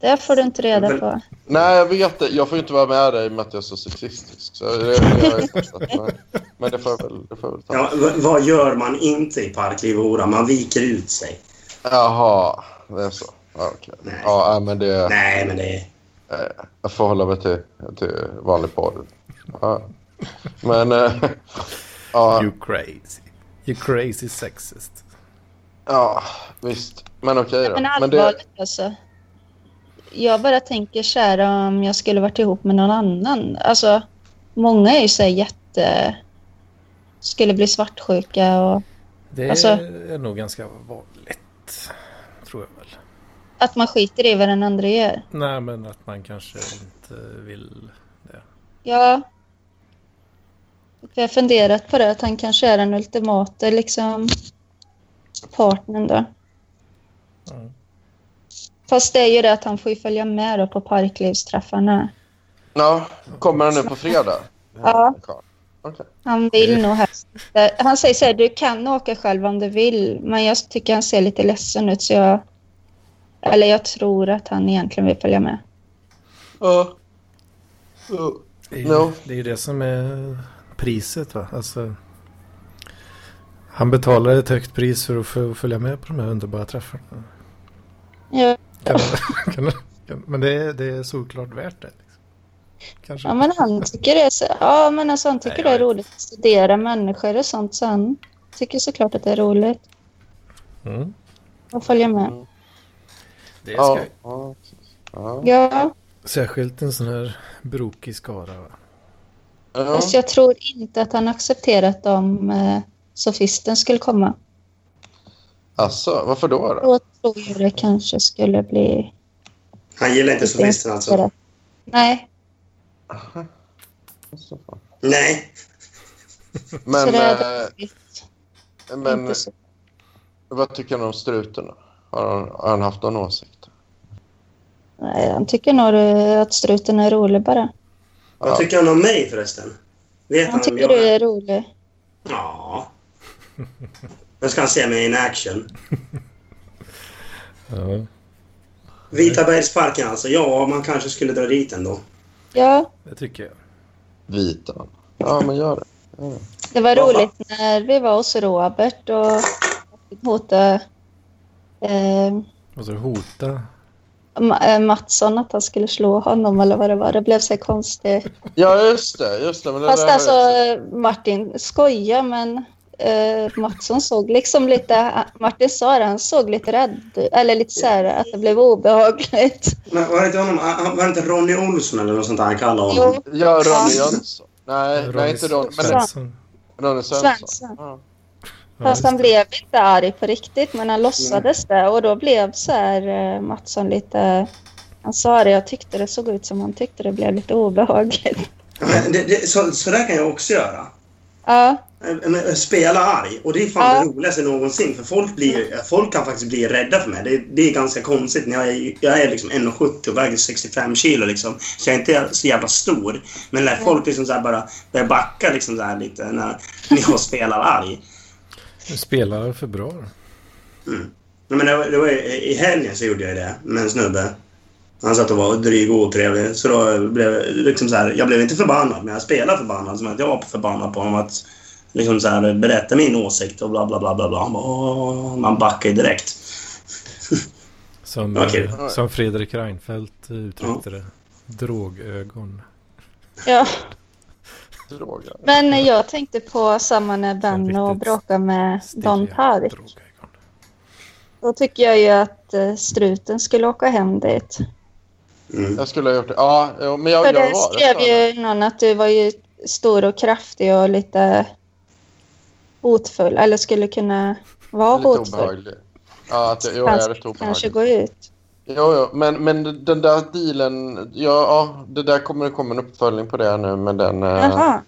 Det får du inte reda Men- på. Nej, jag vet det. Jag får ju inte vara med dig i och med att jag är så sexistisk. Så det, jag, men, men det får jag väl, det får jag väl ta. Ja, v- vad gör man inte i Parkliv och Hora? Man viker ut sig. Jaha, det är så. Ja, okej. Nej. Ja, nej, men det... Nej, men det... Eh, Jag får hålla mig till, till vanlig porr. Ja. Men... eh, ja, You crazy. You crazy sexist. ja, visst. Men okej då. Men Men det, allvarligt alltså. Jag bara tänker så här om jag skulle varit ihop med någon annan. Alltså, många är ju så här jätte... Skulle bli svartsjuka och... Det Alltså- är nog ganska vanligt. Tror jag väl. Att man skiter i vad den andra gör. Nej, men att man kanske inte vill det. Ja. För jag har funderat på det, att han kanske är den ultimata liksom, partnern då. Mm. Fast det är ju det att han får ju följa med då på parklivsträffarna. ja, kommer den nu på fredag? Ja. Okej. Han vill nog helst inte- Han säger så här, du kan åka själv om du vill, men jag tycker han ser lite ledsen ut så jag... Eller jag tror att han egentligen vill följa med. Ja. Ja. Det är ju No. det, är ju det som är priset va. Alltså, han betalar ett högt pris för att få följa med på de här underbara träffarna. Ja, Kan, kan, kan, men det är, det är såklart värt det. Liksom. Kanske. ja men han tycker det är, så, ja, men alltså, han tycker Nej, det är jag vet. roligt att studera människor och sånt, så han tycker såklart att det är roligt. Mm. och följa med. Det är Ja. skoj. Ja. Ja. Ja, Särskilt en sån här brokig skara va. Ja. fast jag tror inte att han accepterat om eh, sofisten skulle komma. Alltså, varför då? då? Då tror jag det kanske skulle bli... Han gillar inte sofisterna alltså. Nej, Alltså, fan. Nej. så Men, det eh, är dåligt. men Inte så. vad tycker han om struten? då? Har han, har han haft någon åsikt? Nej, han tycker nog eh, att struten är rolig bara. Vad tycker han om mig förresten? Vet han Han om tycker jag du är... är rolig. Ja. Nu ska han se mig in action. Ja. Vita bergsparken alltså. Ja, man kanske skulle dra dit ändå. Ja, Det tycker jag. Vita. Ja, men gör det. det var Vad fan? roligt när vi var hos Robert och hotade eh, Och så hota. Ma- eh, Mattsson att han skulle slå honom eller vad det var. Det blev så här konstigt. Ja, just det. Just det men det Fast där- alltså Martin skoja men eh, Mattsson såg liksom lite, Martin sa det, han såg lite rädd eller lite så här att det blev obehagligt. Men var det inte, honom, han- var det inte Ronny Olsson eller något sånt där han kallade honom? Jo, Ja, Ronny Ja. Jönsson. Nej, nej inte Ronny, men Svensson. Ronny Svensson. Svensson. Ja. Ja, fast han just det. blev inte arg på riktigt men han låtsades det och då blev så här eh, Mattsson lite, han sa det, jag tyckte det såg ut som han tyckte det blev lite obehagligt. Ja, men det, det, så, så där kan jag också göra. Ja, Eh, men Spela arg. Och det är fan Ja. det roligaste någonsin. För folk, blir, folk kan faktiskt bli rädda för mig. Det, det är ganska konstigt. när Jag är, jag är liksom 1,70 och väger 65 kilo. Liksom. Så jag är inte så jävla stor. Men när folk liksom så här bara börjar backa liksom så här lite när, när jag spelar arg. Du spelar för bra. då. Nej, men det var, det var i, I helgen så gjorde jag det med en snubbe. Han satt och var dryg och otrevlig. Så då blev jag liksom så här, jag blev inte förbannad, men jag spelade förbannad. Som att jag var förbannad på honom. Att liksom så här, berätta min åsikt och bla, bla, bla. bla, bla. Han bara, "Åh", man backar ju direkt. Som, Okej. eh, som Fredrik Reinfeldt eh, uttryckte det. Drogögon. ja. Droger. men jag tänkte på samma när Benno Riktigt bråkade med Don Stilig Park. drogögon. Då tycker jag ju att eh, struten skulle åka hem dit. Mm. Jag skulle ha gjort det. Ja, jo, men jag, För jag det var det. skrev ju någon att du var ju stor och kraftig och lite hotfull. Eller skulle kunna vara Lite hotfull. obehaglig. Ja, att, jag- jo, Han jag är skulle rätt kanske obehaglig. gå ut. Jo, jo, men, men den där dealen... Ja, ja det där kommer, det kommer en uppföljning på det här nu, men den... eh, Jaha.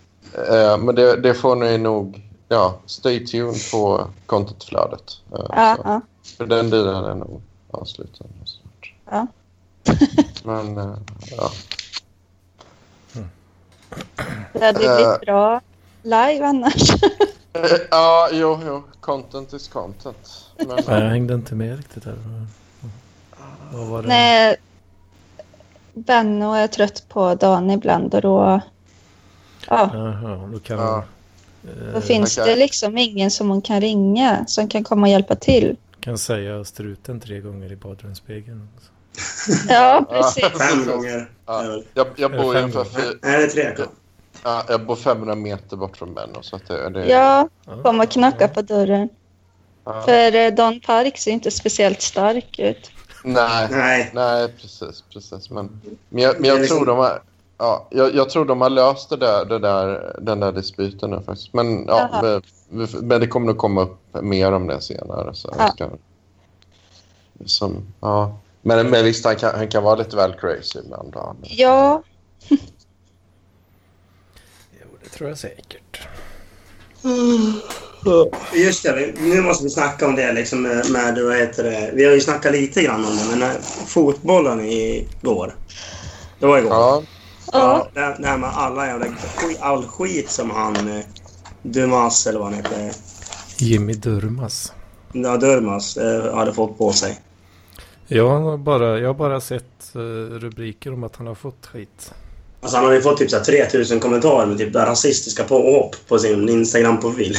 eh, men det, det får ni nog... Ja, stay tuned på kontotflödet. Eh, Ja, så. ja. För den dealen är nog avslutad snart. Ja. Men, eh, ja. Det hade ju Eh. blivit bra live annars. Eh, Ja, jo, jo. Content is content. Men, Nej, jag hängde inte med riktigt där. Vad var det? Nej, Benno är trött på Dan ibland och då... Ja, Jaha, då kan Ja. hon då eh, finns Eh, okej. det liksom ingen som hon kan ringa som kan komma och hjälpa till. eh, kan säga struten tre gånger i badrumsspegeln. också. Ja, precis. Fem gånger. Ja. är väl- Jag, jag Är det bor ju fem ungefär då? Nej, fy- det är tre. ja, jag bor 500 meter bort från Benno. Så att det, det, Ja, Ja, kom och knacka ja. på dörren. ja. För eh, Don Park ser inte speciellt stark ut. Nej, Nej. Nej, precis. precis. Men, men jag, men jag Det är liksom- tror de har... Ja, jag, jag tror de har löst det där, det där, den där dispyten nu faktiskt. Men, ja, vi, vi, men det kommer nog komma upp mer om det senare. Så jag Ja. ska, som, ja. men, men visst, han kan, han kan vara lite väl crazy ibland. Ja. Ja, Jo, det tror jag säkert. Just det, vi- nu måste vi snacka om det liksom med, med vad heter det? Vi har ju snackat lite grann om det, men eh, fotbollen igår. Det var igår. Ja, ja. Det, det här med alla jävla skit, all skit som han eh, Dumas eller vad han heter, Jimmy Durmas. ja, Durmas eh, hade fått på sig. Jag har bara, jag har bara sett eh, rubriker om att han har fått skit. Alltså han har ju fått typ så här 3000 kommentarer med typ där rasistiska påhopp på sin Instagram-profil.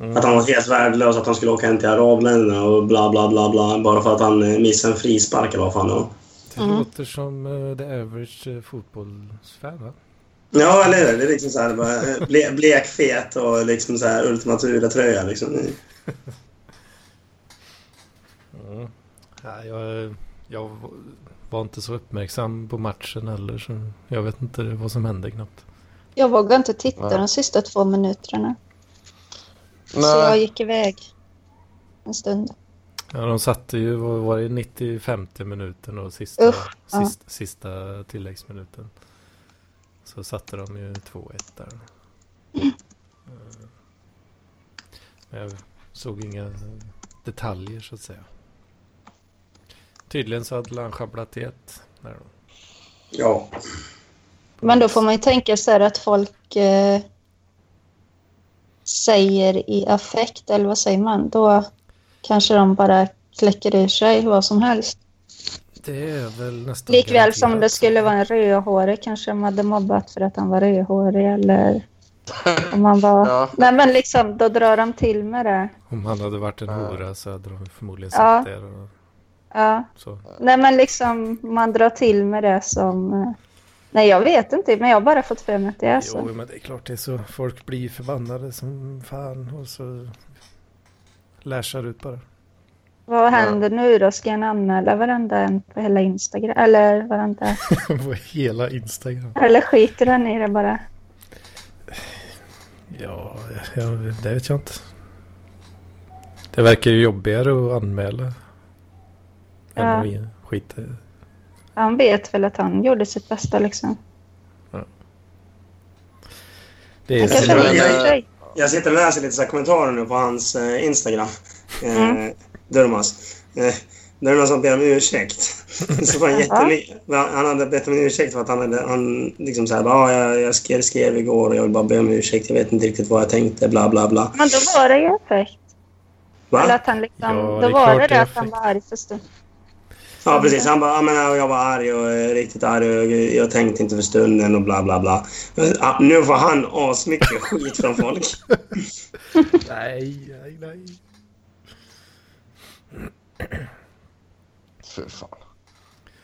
Mm. Att han var helt värdelös, att han skulle åka hem till arabländerna och bla bla bla bla bara för att han eh, missade en frispark eller vad fan det var. Det Mm. låter som eh, the average eh, fotbollsfan va? Ja, eller hur? Det är liksom så här, bara, eh, ble, blekfet och liksom så här ultimatura tröja liksom. Mm. Nej, jag, jag var inte så uppmärksam på matchen heller så jag vet inte vad som hände knappt. Jag vågade inte titta Ja. de sista två minuterna. Så jag nej, gick iväg en stund. Ja, de satte ju, vad var det, 95 minuten och sista, Usch, ja. sist, sista tilläggsminuten. Så satte de ju 2-1 där. Eh, Men jag såg inga eh, detaljer så att säga. Tydligen så hade han sjabblat i ett. Där då. Ja. Men då får man ju tänka så här att folk eh, säger i affekt, eller vad säger man? Då kanske de bara kläcker ur sig vad som helst. Det är väl nästan Likväl som garanterat det så. skulle vara en rödhårig kanske de hade mobbat för att han var rödhårig eller om man var... Ja. Nej men liksom, då drar de till med det. Om han hade varit en Ja. hora så hade de förmodligen Ja. sagt det. Och Ja. så. Nej men liksom, man drar till med det som... eh, Nej jag vet inte, men jag har bara fått för mig att det är så. Jo, men det är klart det är så. Folk blir förbannade som fan och så lashar ut bara. Vad händer nu då? Ska jag anmäla varenda en på hela Instagram? Eller varenda... På hela Instagram. Eller skiter han i det bara? Ja, jag, det vet jag inte. Det verkar ju jobbigare att anmäla. Ja. Än att skita i. Han vet väl att han gjorde sitt bästa liksom. Det är Han kanske det var- har jag- gjort sig. Jag sitter och läser lite så här kommentarer nu på hans eh, Instagram. Eh, Mm. Durmas. Eh, det är någon som ber om ursäkt. Så var han, jättemy- han hade bett om ursäkt för att han hade... Han liksom så här, ah, jag, jag skrev, skrev igår och jag vill bara be om ursäkt. Jag vet inte riktigt vad jag tänkte, bla bla bla. Men då var det ju effekt. Eller Va? att han liksom, Ja, det då är var klart det det är det att han var arg för stund. Ja, precis. Han bara, ah, men jag var arg och eh, riktigt arg och eh, jag tänkte inte för stunden och bla bla bla. Ah, nu får han asmycket skit från folk. Nej, nej, nej. fy fan.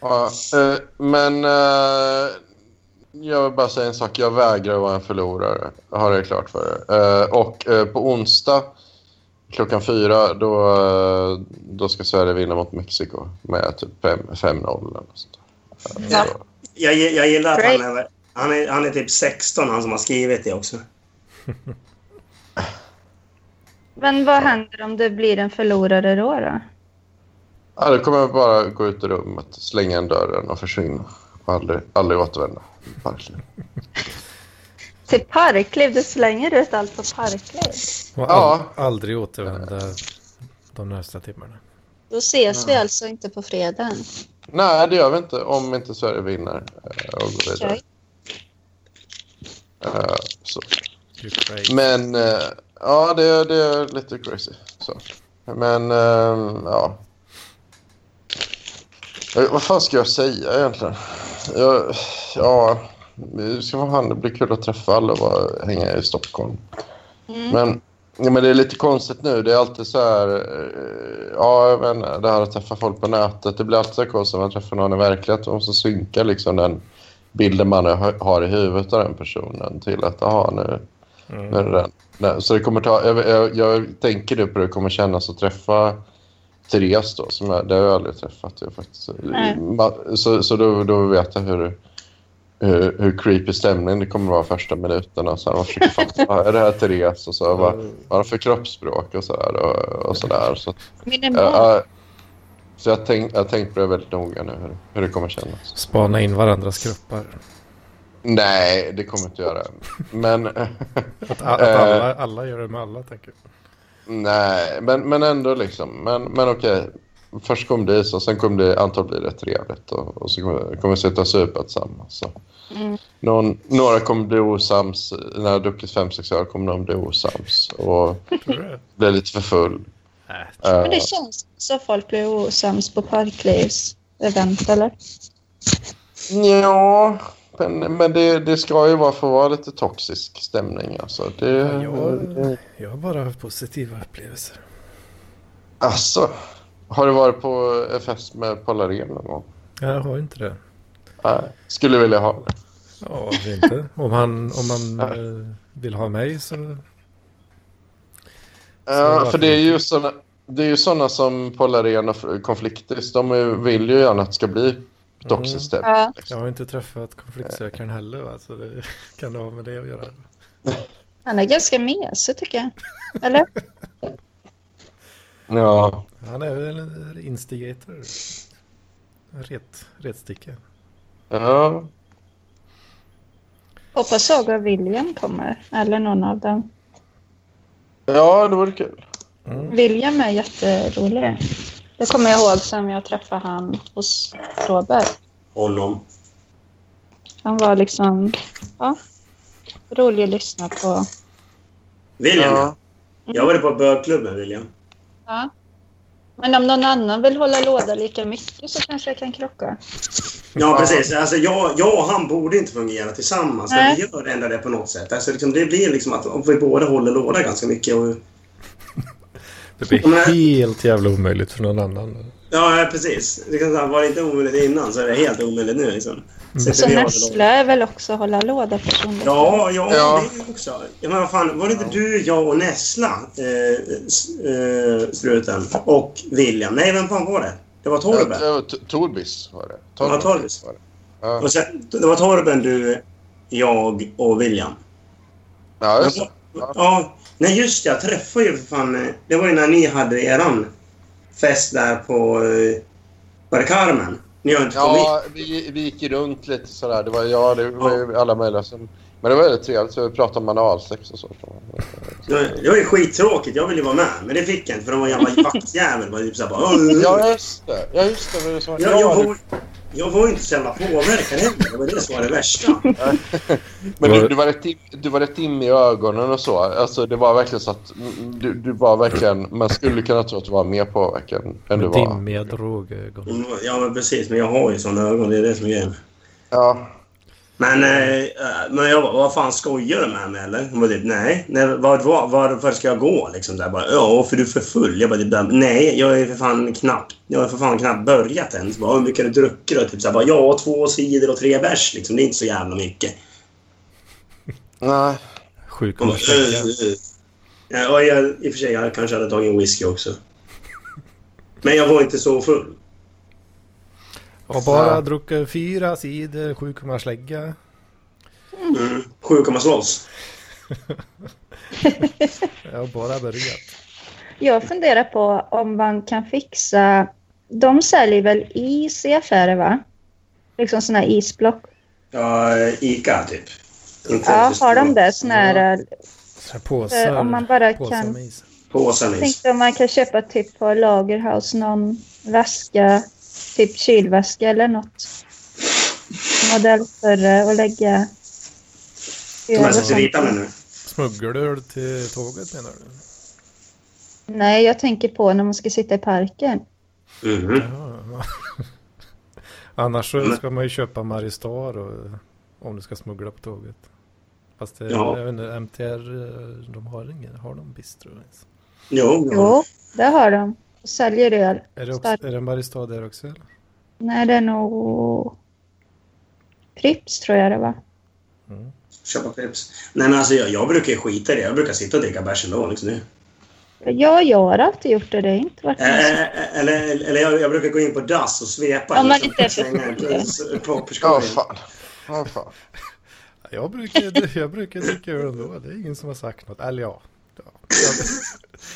Ja, eh, men eh, jag vill bara säga en sak. Jag vägrar vara en förlorare. Har det klart för er. Eh, och eh, på onsdag klockan fyra då, eh, då ska Sverige vinna mot Mexiko med typ fem- 5-0 eller något sånt. där. Eh, Ja. så- Jag, gi- jag gillar att han Great. är, han, är, han är typ 16, han som har skrivit det också. Men vad händer om du blir en förlorare då? då? Ja, då kommer jag bara gå ut ur rummet, slänga igen dörren och försvinna. Och aldrig, aldrig återvända. Verkligen. Till Typ Parkliv? Du slänger ut allt på Parkliv. Och all, Ja. aldrig återvända de nästa timmarna. Då ses vi alltså inte på fredagen. Nej, det gör vi inte om inte Sverige vinner eh, och går vidare. Okej. Eh, så. You crazy. Men eh, ja, det, det är lite crazy. Så. Men ehm, eh, ja. Eh, Vad fan ska jag säga egentligen? Ja, ja, det ska vara fan, det blir kul att träffa alla och bara hänga i Stockholm. Mm. Men, ja, men det är lite konstigt nu. Det är alltid så här... eh, Ja, jag vet inte, det här att träffa folk på nätet. Det blir alltid så här konstigt när man träffar någon i verkligheten. Man måste synka liksom den bilden man har- har i huvudet av den personen till att aha, nu, nu är det den. Nej, så det kommer ta... Jag, jag, jag tänker nu på hur det kommer kännas att träffa Therese då. Som jag, det har jag aldrig träffat. Jag faktiskt. Nej. Ma- Så, så då, då vet jag hur... Hur, hur creepy stämningen det kommer vara första minuterna. Så här, man försöker fatta, är det här Therese? Och så, vad, vad har för kroppsspråk och sådär. Och, och sådär. Så, Minimal. jag, så jag har tänkt jag tänkt på det väldigt noga nu, hur, hur det kommer kännas. Spana in varandras kroppar. Nej, det kommer jag inte göra. Men, Att, a- att alla, alla gör det med alla, tänker jag. nej, men, men ändå liksom. Men, men okej. Först kom det is och sen kom det antagligen bli rätt trevligt. Och, och så kommer kommer vi sitta och supa tillsammans. Så. Mm. Någon, några kommer bli osams. När jag druckit fem, sex öl kommer någon bli osams. Och Tror du det? bli lite för full. Nej. Men det känns som att folk blir osams på parklivsevent, eller? Eh, Ja, men, men det, det ska ju vara för att vara lite toxisk stämning. Alltså, det, Ja. Jag har bara haft positiva upplevelser. alltså har du varit på en fest med Polaren någon gång? Jag har inte det. Nej, skulle vilja ha. Ja, varför inte? Om han, om han eh, vill ha mig så... Ja, Eh, för det är ju såna, det är ju såna som Polaren och Konfliktis. De är- vill ju gärna att det ska bli toxisk stämning. Ja. Jag har inte träffat konfliktsökaren heller, va? så det kan det ha med det att göra. Han är ganska mesig, tycker jag. Eller? Ja. Han är väl en instigator. En Ret, retsticka. ja. Hoppas Saga och William kommer, eller någon av dem. Ja, det vore kul. William är jätterolig. Det kommer jag ihåg sen jag träffade han hos Robert. Honom. Han var liksom ja, rolig att lyssna på. William, Ja. jag var på bögklubben, William. Ja. Men om någon annan vill hålla låda lika mycket så kanske jag kan krocka. Ja, precis. Alltså, jag, jag och han borde inte fungera tillsammans, men Nej. vi gör ändå det på något sätt. Alltså, liksom, det blir liksom att om vi båda håller låda ganska mycket. Och, Det Ja, men- blir helt jävla omöjligt för någon annan. ja, ja, precis. Det kan, säga, var det inte omöjligt innan så är det helt omöjligt nu. Liksom. Sitter Så vi och håller Nessla är väl också hålla låda personligt. Ja, ja, Ja. det är ju också. Ja, men vad fan, var det inte du, jag och Nessla, eh, s- eh, struten, och William? Nej, vem fan var det? Det var Torben. Ja, T- Torbis var det. Ja, Torbis. var det. Ja. Och sen, det var Torben, du, jag och William. Ja, just det. Ja. Nej, just det. Jag träffade ju för fan... eh, Det var ju när ni hade eran fest där på... eh, Var det Carmen? När jag inte kom hit. Ja, vi, vi gick ju runt lite sådär. Det var, ja, det var ju alla möjliga som... Men det var väldigt trevligt. Så vi pratade om analsex och så. Mm. Det var- Det var ju skittråkigt. Jag ville ju vara med, men det fick jag inte för det var en jävla vaktjävel. Bara typ såhär bara... "Åh, Ja, just det. Ja, just det. Var det som... Jag, jag, ja, var, jag var ju inte så jävla påverkad heller. Det var det som var det värsta. men du, du, var rätt in, du var rätt in i ögonen och så. Alltså, det var verkligen så att mm, du, du var verkligen... Man skulle kunna tro att du var mer påverkad än du Med var. dimmiga drogögon. Ja, men precis. Men jag har ju såna ögon. Det är det som är grejen. Ja. Men, eh, men jag bara, vad fan skojar du med mig eller? Hon bara typ, nej. nej var, var, varför ska jag gå liksom? Där, bara, ja, för du är för full. Jag bara typ, där, nej, jag är för fan knappt, jag har för fan knappt börjat än. Så bara, hur mycket har du druckit då? Typ så här, bara, ja, två cider och tre bärs liksom. Det är inte så jävla mycket. Nej. Sjuk Hon bara, ursäkt, ja. "Eh, eh." ja, och jag, I och för sig, jag kanske hade tagit en whisky också. Men jag var inte så full. Och bara Ja. druckit fyra sidor, sju kummar slägga. Mm. Sju komma slåss. Jag har bara börjat. Jag funderar på om man kan fixa... De säljer väl is i affärer, va? Liksom såna här isblock. Ja, Ica typ. Inte Ja, har de det? Såna här... eh, Så här Påsar, Om man bara påsar kan- med is. Påsen Jag liksom. tänkte om man kan köpa typ på Lagerhaus någon väska, typ kylväska eller något. Modell större och lägga... Som jag ska rita med nu. Smuggelöl till tåget menar du? Mm. Mm-hmm. Nej, jag tänker på när man ska sitta i parken. Mhm. Ja, ja. Annars så Men- ska man ju köpa Maristar och, om du ska smuggla på tåget. Fast det, Ja. jag vet inte, MTR, eh, de har ingen, har de bistro ens? Jo, jo. Jo, det har de. Och säljer öl. Är det, också, Stark. är det en Maristar där också eller? Nej, det är nog... Pripps tror jag det var. Mm. köpa Pripps. Nej, men alltså jag, jag brukar ju skita i det. Jag brukar sitta och dricka bärs ändå. Liksom nu. Ja, jag har alltid gjort det. Det har inte varit Eh, något eh, eh, Eller, eller jag, jag brukar gå in på dass och svepa. Om man liksom, inte är slänga en eh, försiktig. s- popperskorg. Ja, fan. Ja, fan. Jag brukar, jag brukar dricka öl ändå, det är ingen som har sagt något. Eller ja. ja.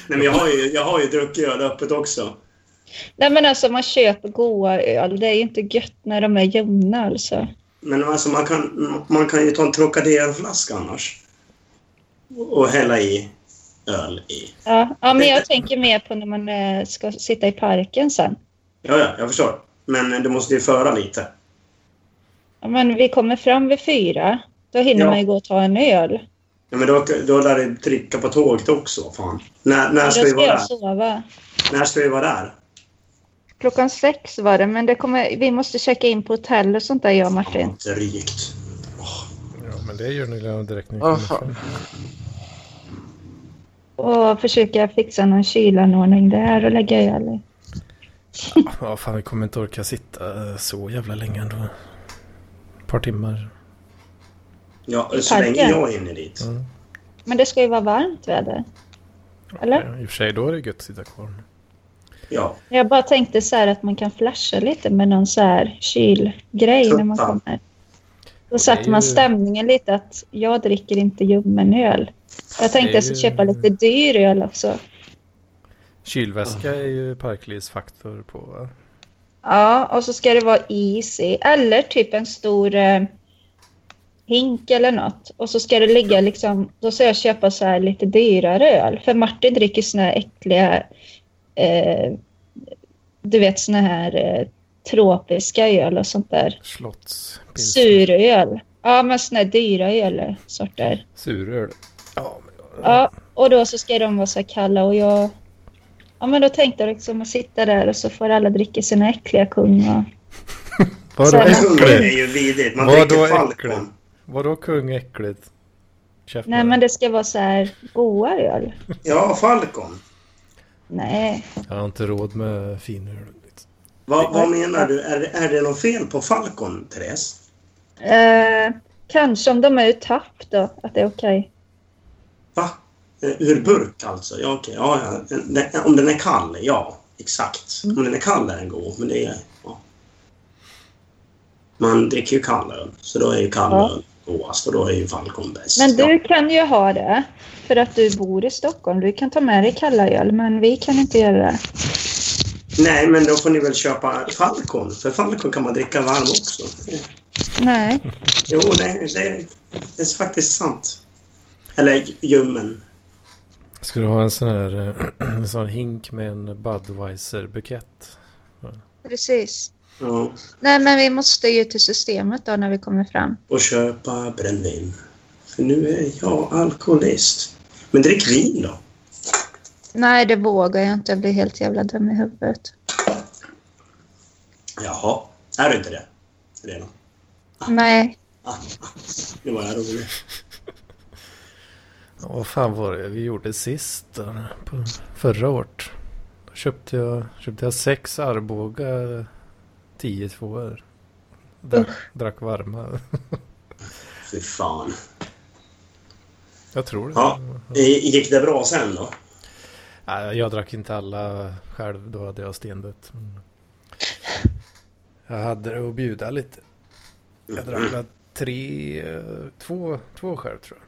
Nej, men jag har ju, jag har ju druckit öl öppet också. Nej men alltså man köper goa öl. Det är ju inte gött när de är ljumna alltså. Men alltså man kan, man kan ju ta en Trocadero-flaska annars. Och och hälla i öl i. Ja, ja men jag tänker mer på när man eh, ska sitta i parken sen. Ja, ja, jag förstår. Men eh, du måste ju föra lite. Ja, men vi kommer fram vid fyra. Då hinner Ja. man ju gå och ta en öl. Ja, men då, då lär du trycka på tåget också. Fan. När, när Då ska vi ska vara där? jag sova. När ska vi vara där? Klockan sex var det, men det kommer, vi måste checka in på hotell och sånt där jag och Martin. Drygt. ja, men det gör ni redan direkt när ni Ja, kommer fan. fram. Och försöka fixa någon kylanordning där och lägga öl i. Ja, fan vi kommer inte orka sitta eh, så jävla länge ändå. Ett par timmar. Ja, I så länge parken. jag hinner dit. Mm. Men det ska ju vara varmt väder. Eller? Ja, I och för sig, då är det gött att sitta kvar. Ja. Jag bara tänkte så här att man kan flasha lite med någon så här kylgrej när man Tuttan. kommer. Då Det är satte ju- man stämningen lite att jag dricker inte ljummen öl. Jag tänkte jag skulle ju- köpa lite dyr öl också. Kylväska är ju parklivsfaktor på. va? Ja, och så ska det vara is i. Eller typ en stor eh, hink eller något. Och så ska det ligga liksom... Då ska jag köpa så här lite dyrare öl. För Martin dricker såna här äckliga... Eh, du vet såna här eh, tropiska öl och sånt där. Slotts. pilsner. Suröl. Ja, men såna här dyra ölsorter. Suröl. Ja, men, Ja, och då så ska de vara så här kalla och jag... Ja, men då tänkte jag liksom att sitta där och så får alla dricka sina äckliga kung och... Vadå Sen- Kung är äckligt? ju vidrigt. Man Vadå dricker äckligt? Falcon. Vadå kung äckligt? Käften. Nej, men det ska vara så här goa öl. Ja, Falcon. Nej. Jag har inte råd med finöl. liksom. Vad, vad menar du? Är, det- är det något fel på Falcon, Therese? Eh, kanske om de är ur tapp då, att det är okej. Va? Eh, Ur burk alltså? Ja, okej. Ja, ja. Den- Om den är kall, ja. Exakt. Mm. Om den är kall är den god, men det är... Ja. Man dricker ju kall öl, så då är ju kall Ja. öl godast och då är ju Falcon bäst. Men Ja. du kan ju ha det, för att du bor i Stockholm. Du kan ta med dig kalla öl, men vi kan inte göra det. Nej, men då får ni väl köpa Falcon, för Falcon kan man dricka varm också. Nej. Jo, det, det, det är faktiskt sant. Eller ljummen. Ska du ha en sån här eh, en sån hink med en Budweiser-bukett? Precis. Ja. Nej, men vi måste ju till systemet då när vi kommer fram. och köpa brännvin. För nu är jag alkoholist. Men drick vin då. Nej, det vågar jag inte. Jag blir helt jävla dum i huvudet. Jaha, är du inte det? Redan? Nej. Nu var jag rolig. Ja, vad fan var det vi gjorde sist? då? På förra året. Då köpte jag, köpte jag sex Arboga 10 2 Drack, drack varma. Fy fan. Jag tror det. Ja. I- Gick det bra sen då? Nej, jag drack inte alla själv, då hade jag stendött. Men Jag hade det att bjuda lite. Jag drack väl tre, eh, två, två själv tror jag.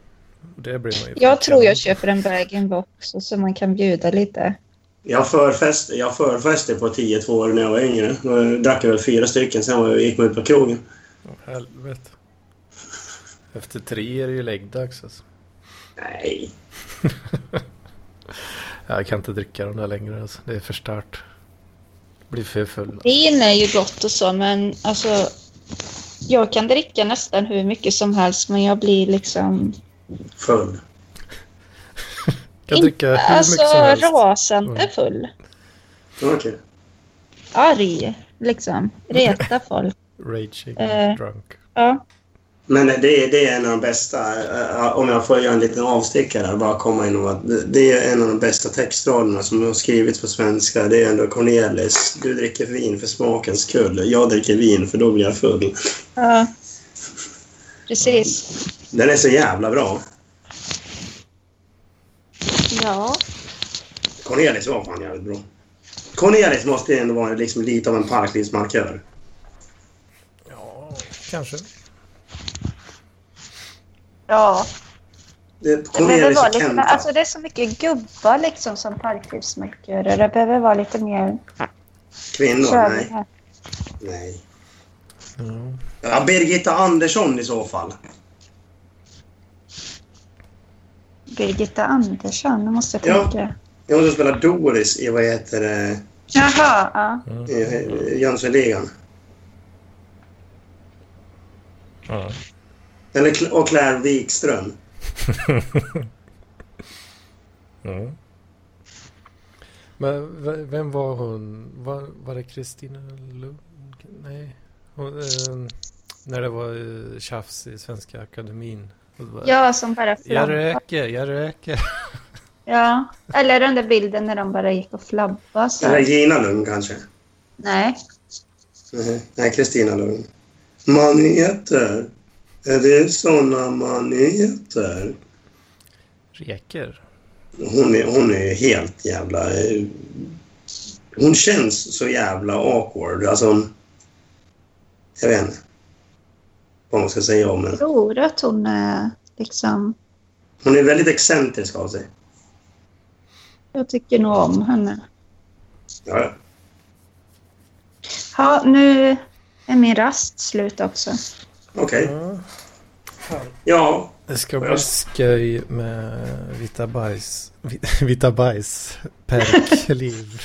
Och Det blir man ju Jag tror jag köper en bag-in-box så man kan bjuda lite. Jag förfeste, jag förfeste på 10-2 år när jag var yngre. Då drack jag väl fyra stycken, sen var jag, gick man ut på krogen. Åh, helvete. Efter tre är det ju läggdags alltså. Nej. Jag kan inte dricka de där längre alltså. Det är för starkt. Blir för full. Vin är ju gott och så, men alltså... Jag kan dricka nästan hur mycket som helst, men jag blir liksom... Full. Jag kan dricka hur mycket alltså, som helst. rasande Mm. full. Okej. Arg, liksom. Reta folk. Raging Eh. drunk. Ja. Men det är, det är en av de bästa, eh, om jag får göra en liten avstickare, där, bara komma in och att det- det är en av de bästa textraderna som har skrivits på svenska. Det är ändå Cornelis. Du dricker vin för smakens skull. Jag dricker vin för då blir jag full. ja. Precis. Den är så jävla bra. Ja. Cornelis var fan jävligt bra. Cornelis måste ändå vara liksom lite av en parklivsmarkör. Ja, kanske. Ja. Det- Det, behöver Cornelis vara och lite, Kenta. mer- alltså det är så mycket gubbar liksom som parklivsmarkörer. Det behöver vara lite mer Kvinnor? Nej. könlighet. nej. Ja. Ja, Birgitta Andersson i så fall. Birgitta Andersson, nu måste jag Ja. tänka. Ja, Hon som spelar Doris i vad heter det? Jaha, ja. i- i Jönssonligan. Ja. Eller Cl- och Claire Wikström. Ja. Men v- vem var hon? Var, var det Kristina Lund? Nej. Hon, eh, när det var eh, tjafs i Svenska Akademin. Och det var, Jag som bara Jag flabbade. röker, jag röker. Ja. Eller den där bilden när de bara gick och flabbade. Så. Eller Gina Lund kanske. Nej. Nej, Nej, Kristina Lund. Maneter. Är det såna maneter? Reker? Hon är, hon är helt jävla... eh, Hon känns så jävla awkward. Alltså, hon- jag vet inte vad man ska säga om henne. Jag tror att hon är liksom... Hon är väldigt excentrisk av sig. Jag tycker nog om henne. Ja, ja. Ja, nu är min rast slut också. okej. Ja. Ja, Det ska bli skoj med Vita Bajs. Vi- Vita Bajs. Perkliv.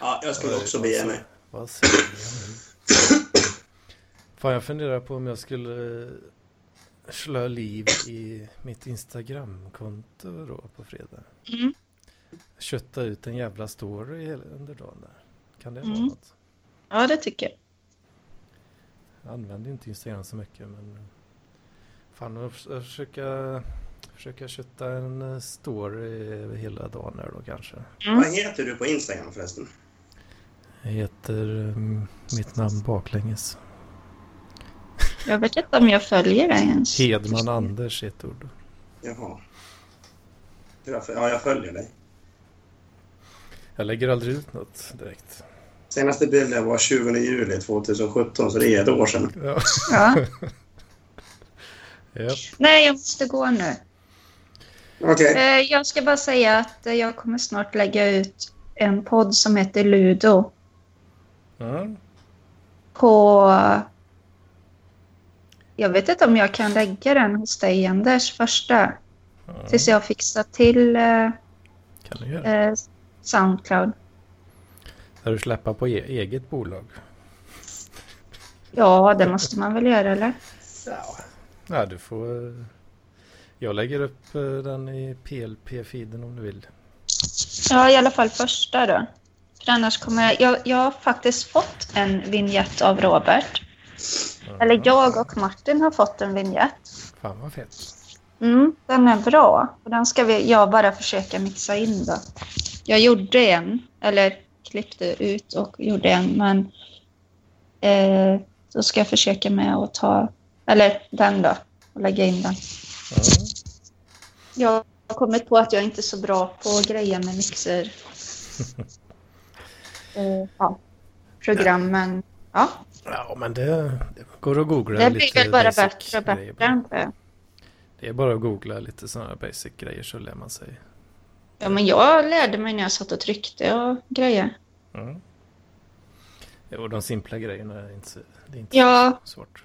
ja, jag skulle också bege mig. Vad säger jag nu? Fan, jag funderar på om jag skulle eh, slå liv i mitt Instagramkonto då på fredag. Mm. Kötta ut en jävla story hela- under dagen där. Kan det vara Mm. något? Ja, det tycker jag. Jag använder inte Instagram så mycket men... eh, Fan, jag förs- jag försöka, försöka kötta en eh, story över hela dagen här då kanske. Vad heter du på Instagram förresten? Jag heter mm, mitt namn baklänges. Jag vet inte om jag följer dig ens. Hedman Anders i ett ord. Jaha. Ja, jag följer dig. Jag lägger aldrig ut något direkt. Senaste bilden var 20 juli 2017, så det är ett år sedan. Ja. Ja. Japp. Nej, jag måste gå nu. Okej. Eh, Jag ska bara säga att eh, jag kommer snart lägga ut en podd som heter Ludo Ja. på... Jag vet inte om jag kan lägga den hos dig, Anders, första. Ja. Tills jag fixar till eh, Kan du göra. eh, Soundcloud. Ska du släppa på e- eget bolag? Ja, det måste man väl göra, eller? Ja. ja, du får... eh, Jag lägger upp eh, den i PLP-feeden om du vill. Ja, i alla fall första då. För annars kommer jag... Jag, jag har faktiskt fått en vignett av Robert. Eller jag och Martin har fått en vignett. Fan vad fett. Mm, den är bra. Och den ska vi, jag bara försöka mixa in då. Jag gjorde en, eller klippte ut och gjorde en, men eh, då ska jag försöka med att ta, eller den då, och lägga in den. Ja. Jag har kommit på att jag inte är så bra på grejer med mixer. eh, ja, programmen. Ja, Ja, men det, det går att googla det lite blir väl bara basic bättre och grejer bättre, bara. antar jag. Det är bara att googla lite sådana basic grejer så lär man sig. Ja, men jag lärde mig när jag satt och tryckte och grejer. Mm. Jo, de simpla grejerna är inte, så- det är inte Ja. så svårt.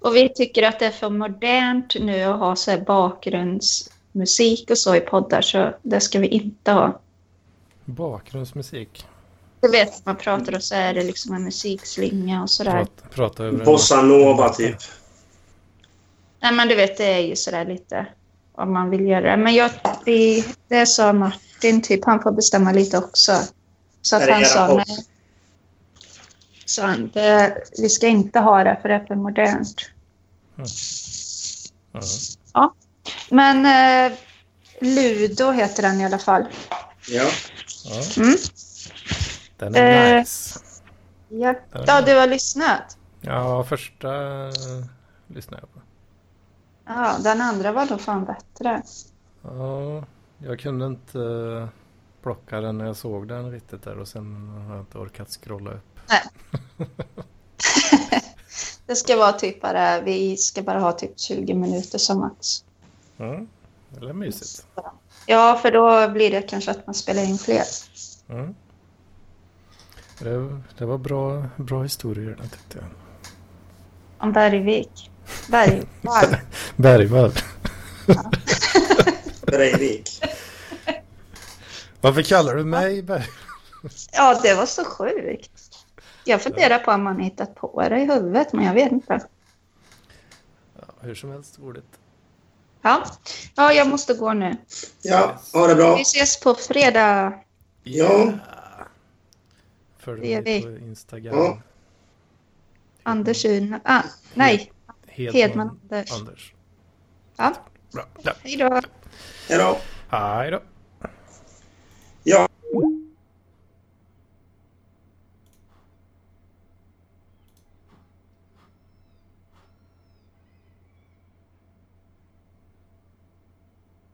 Och vi tycker att det är för modernt nu att ha så här bakgrundsmusik och så i poddar, så det ska vi inte ha. Bakgrundsmusik. Du vet, man pratar och så är det liksom en musikslinga och sådär. Prata, prata över en- Bossa Nova, typ. Nej, men du vet, det är ju sådär lite om man vill göra det. Men jag, vi, det sa Martin, typ, han får bestämma lite också. Så Är att det han era sa, podd? nej, sa han. Det, vi ska inte ha det för det är för modernt. Ja. Men eh, Ludo heter den i alla fall. Ja. Ja. Mm. Den är Eh. nice. Ja, ja du har lyssnat. Ja, första eh, lyssnade jag på. Ja, den andra var då fan bättre. Ja, jag kunde inte eh, plocka den när jag såg den riktigt där och sen har jag inte orkat scrolla upp. Det ska vara typ bara, vi ska bara ha typ 20 minuter som max. Mm. Det lät mysigt. Ja, för då blir det kanske att man spelar in fler. Mm. Det, det var bra, bra historier den tyckte jag. Om Bergvik. Bergvall. Bergvall. Breivik. Varför kallar du mig Berg? Ja, det var så sjukt. Jag funderar på om man hittat på det i huvudet, men jag vet inte. Ja, hur som helst ordet. Ja, ja jag måste gå nu. Ja, ha det bra. Vi ses på fredag. Ja. Det gör Följ vi. mig på Instagram. Ja. Anders Yna... Ah, nej, Hedman Anders. Anders. Ja, Bra. Ja. hej då. Hej då. Hej då. Ja.